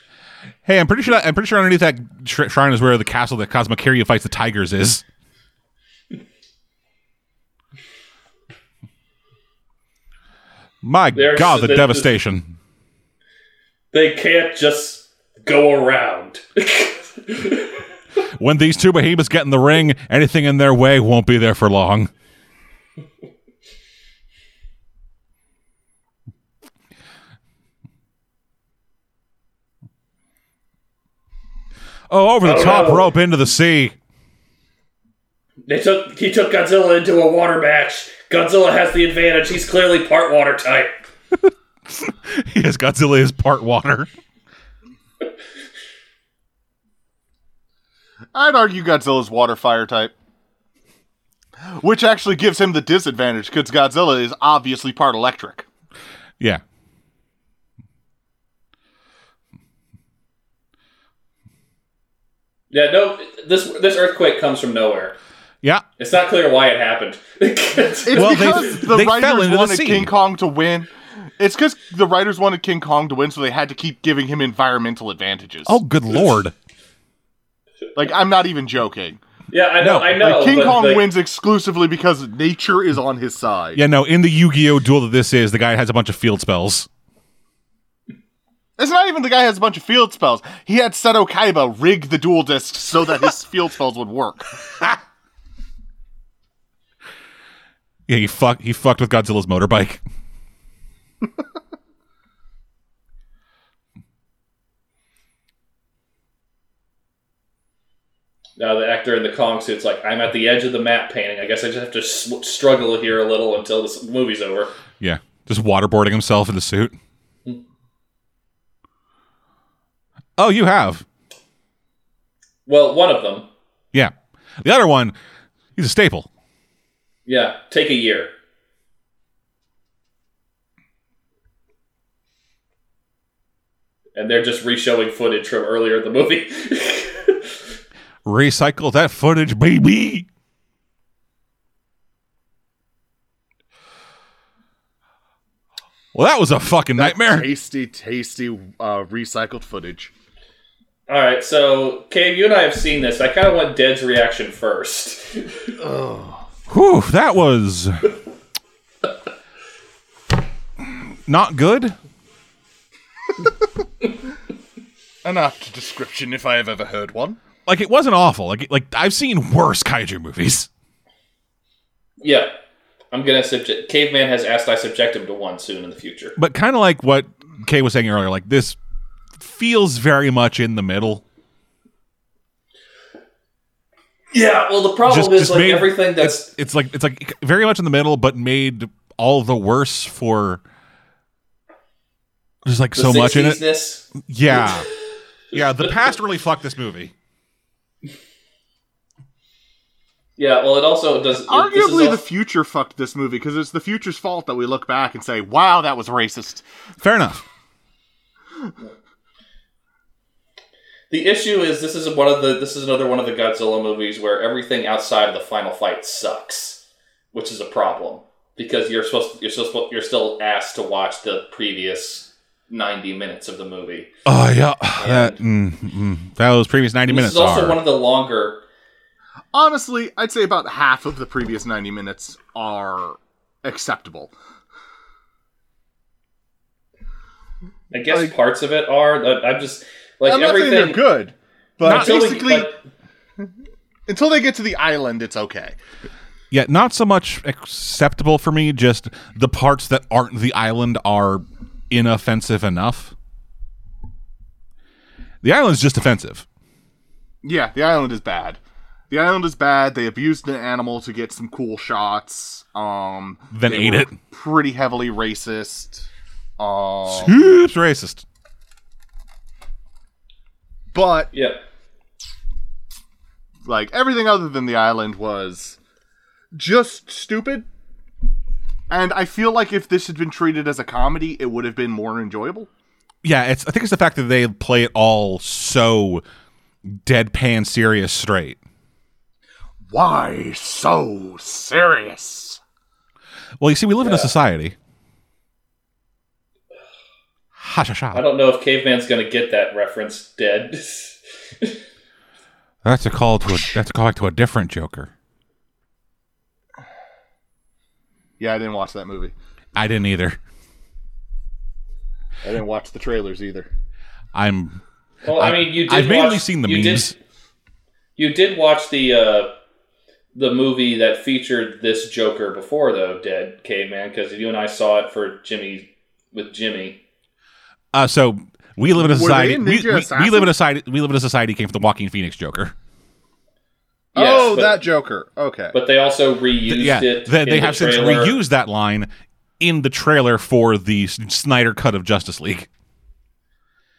hey, I'm pretty sure that, I'm pretty sure underneath that shri- shrine is where the castle that Cosmo Kiryu fights the tigers is. My
There's-
God, the,
the- the-
devastation!
They can't just go around.
When these two behemoths get in the ring, anything in their way won't be there for long. Oh, over the
Oh,
top
no.
rope into the sea.
they took he took Godzilla into a water match. Godzilla has the advantage. He's clearly part water type.
Yes, Godzilla is part water.
I'd argue Godzilla's water fire type. Which actually gives him the disadvantage because Godzilla is obviously part electric.
Yeah.
Yeah, no. This this earthquake comes from nowhere.
Yeah.
It's not clear why it happened.
It's
Well, they-
because the
they fell
writers
into the
wanted
sea.
King Kong to win. It's because the writers wanted King Kong to win, so they had to keep giving him environmental advantages.
Oh, good lord!
like I'm not even joking.
Yeah, I know.
No,
I know.
like King
Oh, but,
Kong
like,
wins exclusively because nature is on his side.
Yeah, no. In the Yu-Gi-Oh duel that this is, the guy has a bunch of field spells.
It's not even the guy who has a bunch of field spells. He had Seto Kaiba rig the dual discs so that his field spells would work.
Yeah, he fuck he fucked with Godzilla's motorbike.
Now the actor in the Kong suit's like, I'm at the edge of the map painting. I guess I just have to sw- struggle here a little until this movie's over.
Yeah, just waterboarding himself in the suit. Oh, you have.
Well, one of them.
Yeah. The other one, he's a staple.
Yeah, take a year. And they're just reshowing footage from earlier in the movie.
Recycle that footage, baby. Well, that was a fucking nightmare.
Tasty, tasty uh, recycled footage.
All right, so Cave, you and I have seen this. I kind of want Dead's reaction first.
Whew, that was not good.
An apt description if I have ever heard one.
Like it wasn't awful. Like like I've seen worse kaiju movies.
yeah, I'm gonna subject. Caveman has asked I subject him to one soon in the future.
but kind of like what Kay was saying earlier, like this feels very much in the middle.
Yeah, well, the problem
Just-
is
just
like
made-
everything that's
It's, it's like it's like very much in the middle, but made all the worse for there's like
the
so much in it.
60s-ness.
Yeah, yeah. The past really fucked this movie.
Yeah, well, it also does. it- this is
Arguably,
also-
the future fucked this movie because it's the future's fault that we look back and say, wow, that was racist.
Fair enough.
The issue is this is one of the this is another one of the Godzilla movies where everything outside of the final fight sucks, which is a problem because you're supposed to, you're supposed you're still asked to watch the previous ninety minutes of the movie.
Oh yeah, that mm, mm, that was previous ninety
This
minutes
is also
are.
one of the longer.
Honestly, I'd say about half of the previous 90 minutes are acceptable.
I guess
Like-
parts of it are. I- I'm just like
I'm not saying
everything.
they're good, but
Not-
until we-
basically,
like,
until they get to the island, it's okay.
yeah, not so much acceptable for me. Just the parts that aren't the island are inoffensive enough. The island's just offensive.
Yeah, the island is bad. The island is bad. They abused an animal to get some cool shots. Um,
Then
they
ate
were
it.
Pretty heavily racist. Um,
Oops, racist.
but
yeah.
like everything other than the island was just stupid. And I feel like if this had been treated as a comedy, it would have been more enjoyable.
Yeah, it's. I think it's the fact that they play it all so deadpan serious straight.
Why so Oh, serious?
Well, you see, we live in a society. Ha sha
I
sha.
don't know if Caveman's going to get that reference. Dead.
That's a call to a. That's a call back to a different Joker.
Yeah, I didn't watch that movie.
I didn't either.
I didn't watch the trailers either.
I'm.
well, I mean, you. Did
I've mainly
watch-
seen the
you did-
memes.
You did watch the uh, the movie that featured this Joker before, though, Dead Caveman, because you and I saw it for Jimmy with Jimmy.
Uh, so we live in a
Were they
society.
in
We,
Ninja
we- we
Assassin?
live in a society. We live in a society. Came from the Walking Phoenix Joker.
Yes,
oh,
but,
that Joker. Okay.
But they also reused
yeah,
it.
they,
in
they
the
have since
trailer.
reused that line in the trailer for the S- Snyder cut of Justice League.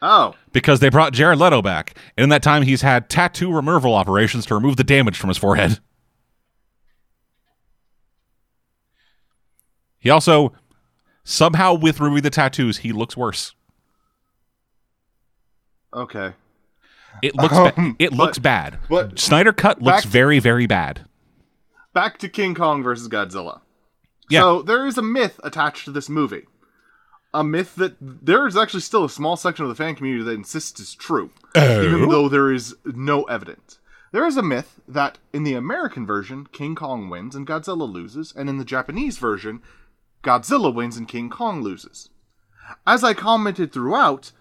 oh,
because they brought Jared Leto back, and in that time he's had tattoo removal operations to remove the damage from his forehead. He also somehow with removing the tattoos, he looks worse.
okay.
It looks ba-
Um,
it
but-
looks bad.
but-
Snyder cut looks
back-
very very bad.
back to King Kong versus Godzilla.
Yeah.
So there is a myth attached to this movie. a myth that there is actually still a small section of the fan community that insists is true, even though there is no evidence. There is a myth that in the American version, King Kong wins and Godzilla loses, and in the Japanese version, Godzilla wins and King Kong loses. As I commented throughout,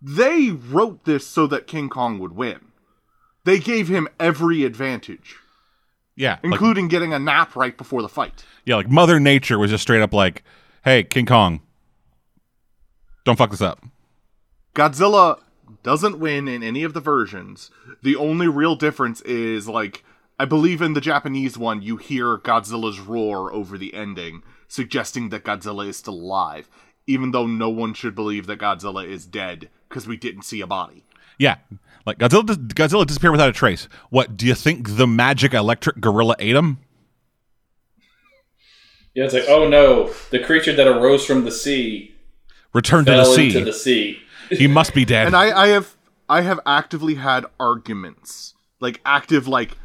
they wrote this so that King Kong would win. They gave him every advantage,
Yeah, like-
including getting a nap right before the fight.
yeah, like Mother Nature was just straight up like, "Hey, King Kong, don't fuck this up."
Godzilla doesn't win in any of the versions. The only real difference is like I believe in the Japanese one you hear Godzilla's roar over the ending, suggesting that Godzilla is still alive, even though no one should believe that Godzilla is dead because we didn't see a body.
Yeah, like Godzilla, dis- Godzilla disappeared without a trace. What do you think? The magic electric gorilla ate him?
Yeah, it's like, oh no, the creature that arose from the sea
Returned to the
fell
sea.
into the sea.
he must be dead.
And I, I have I have actively had arguments. Like active like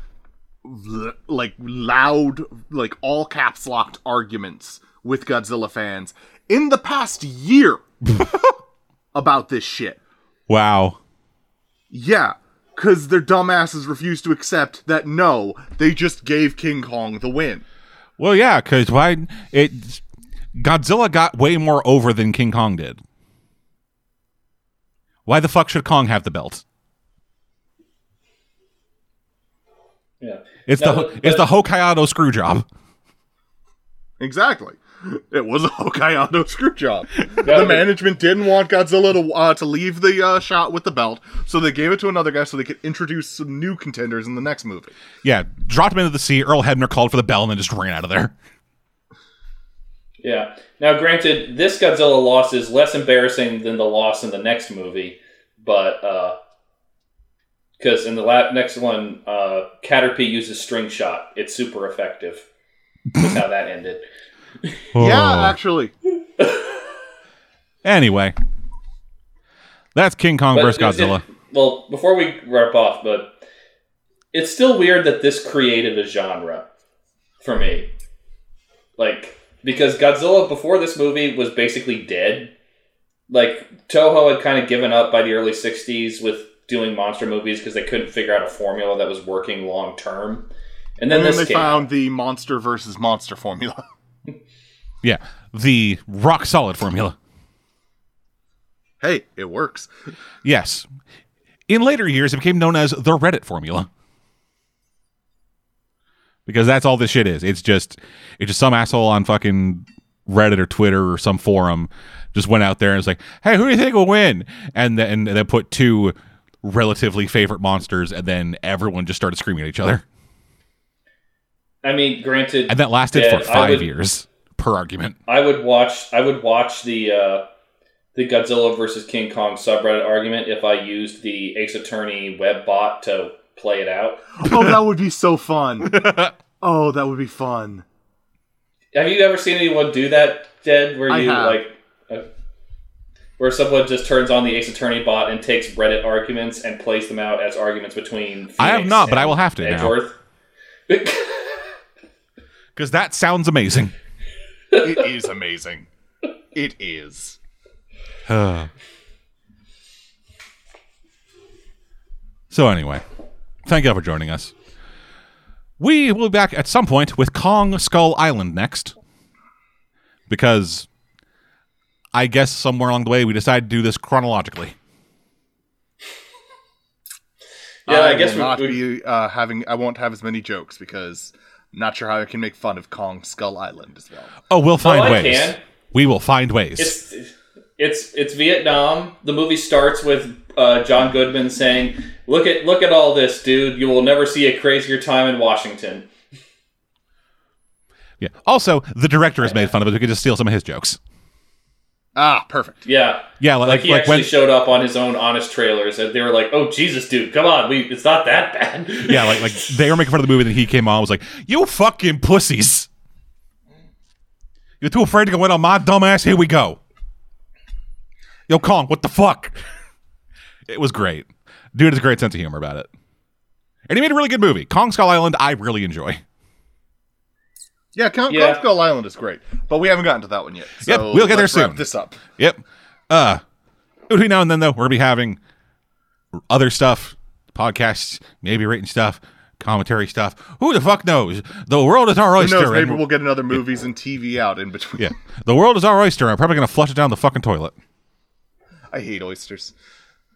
l- like loud like all caps locked arguments with Godzilla fans in the past year about this shit.
wow.
Yeah, cuz their dumbasses refuse to accept that no, they just gave King Kong the win.
Well, yeah, because why? It Godzilla got way more over than King Kong did. Why the fuck should Kong have the belt?
Yeah.
It's
No,
the
but-
it's the
but-
Hokkaido screw job.
Exactly. It was a Hokkaido screw job.
Yeah,
the management didn't want Godzilla to uh, to leave the uh, shot with the belt, so they gave it to another guy so they could introduce some new contenders in the next movie.
Yeah, dropped him into the sea. Earl Hebner called for the bell and then just ran out of there.
Yeah. Now, granted, this Godzilla loss is less embarrassing than the loss in the next movie, but because in the la- next one, uh, Caterpie uses string shot. It's super effective. That's how that ended.
Oh.
Yeah, actually,
Anyway, that's King Kong
But
versus
it- it-
Godzilla.
well, before we wrap off, but it's still weird that this created a genre for me. Like because Godzilla before this movie was basically dead. Like Toho had kind of given up by the early '60s with doing monster movies because they couldn't figure out a formula that was working long term. And then
and then
this
they
came.
found the monster versus monster formula.
Yeah, the rock solid formula.
hey, it works.
Yes. In later years, it became known as the Reddit formula. Because that's all this shit is. It's just it's just some asshole on fucking Reddit or Twitter or some forum just went out there and was like, "Hey, who do you think will win?" And then and then put two relatively favorite monsters, and then everyone just started screaming at each other.
I mean, granted,
And that lasted
Yeah,
for
I
five
would-
years per argument.
I would watch. I would watch the uh, the Godzilla versus King Kong subreddit argument if I used the Ace Attorney web bot to play it out.
Oh, that would be so fun. Oh, that would be fun.
Have you ever seen anyone do that, Jed? Where
I
you
have.
like, uh, where someone just turns on the Ace Attorney bot and takes Reddit arguments and plays them out as arguments between.
I have
Phoenix
not, but
and
I will have to now
Edgeworth.
because that sounds amazing.
It is amazing. It is.
so anyway, thank you all for joining us. We will be back at some point with Kong Skull Island next, because I guess somewhere along the way we decided to do this chronologically.
yeah, I, guess
will
we,
not
we-
be uh, having. I won't have as many jokes because I'm not sure how I can make fun of Kong Skull Island as well.
Oh, we'll find
I
ways.
can.
We will find ways.
it's it's it's Vietnam. The movie starts with uh, John Goodman saying, "Look at look at all this, dude. You will never see a crazier time in Washington."
yeah. Also, the director has made fun of us. We could just steal some of his jokes.
Ah, perfect.
Yeah,
Yeah,
like,
like
he
like,
actually
when
showed up on his own honest trailers, and they were like, "Oh Jesus, dude, come on, we it's not that bad."
yeah, like like they were making fun of the movie, then he came on and was like, You fucking pussies. You're too afraid to go in on my dumb ass, here we go. Yo, Kong, what the fuck? It was great. Dude has a great sense of humor about it. And he made a really good movie. Kong Skull Island, I really enjoy.
Yeah, Kong,
Yeah.
Kong Skull Island is great, but we haven't gotten to that one yet. So
Yep, we'll get there
let's wrap
soon.
This up.
Yep. Uh between now and then though, we're gonna be having other stuff, podcasts, maybe written stuff, commentary stuff. Who the fuck knows? The world is our
Who
oyster.
knows? Maybe
and-
we'll get another movies and TV out in between.
yeah. The world is our oyster. I'm probably gonna flush it down the fucking toilet.
I hate oysters.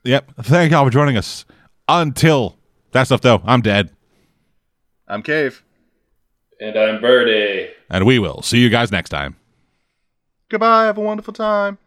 Yep. Thank y'all for joining us. Until that stuff though, I'm dead.
I'm Cave.
And I'm Birdie.
And we will see you guys next time.
Goodbye. Have a wonderful time.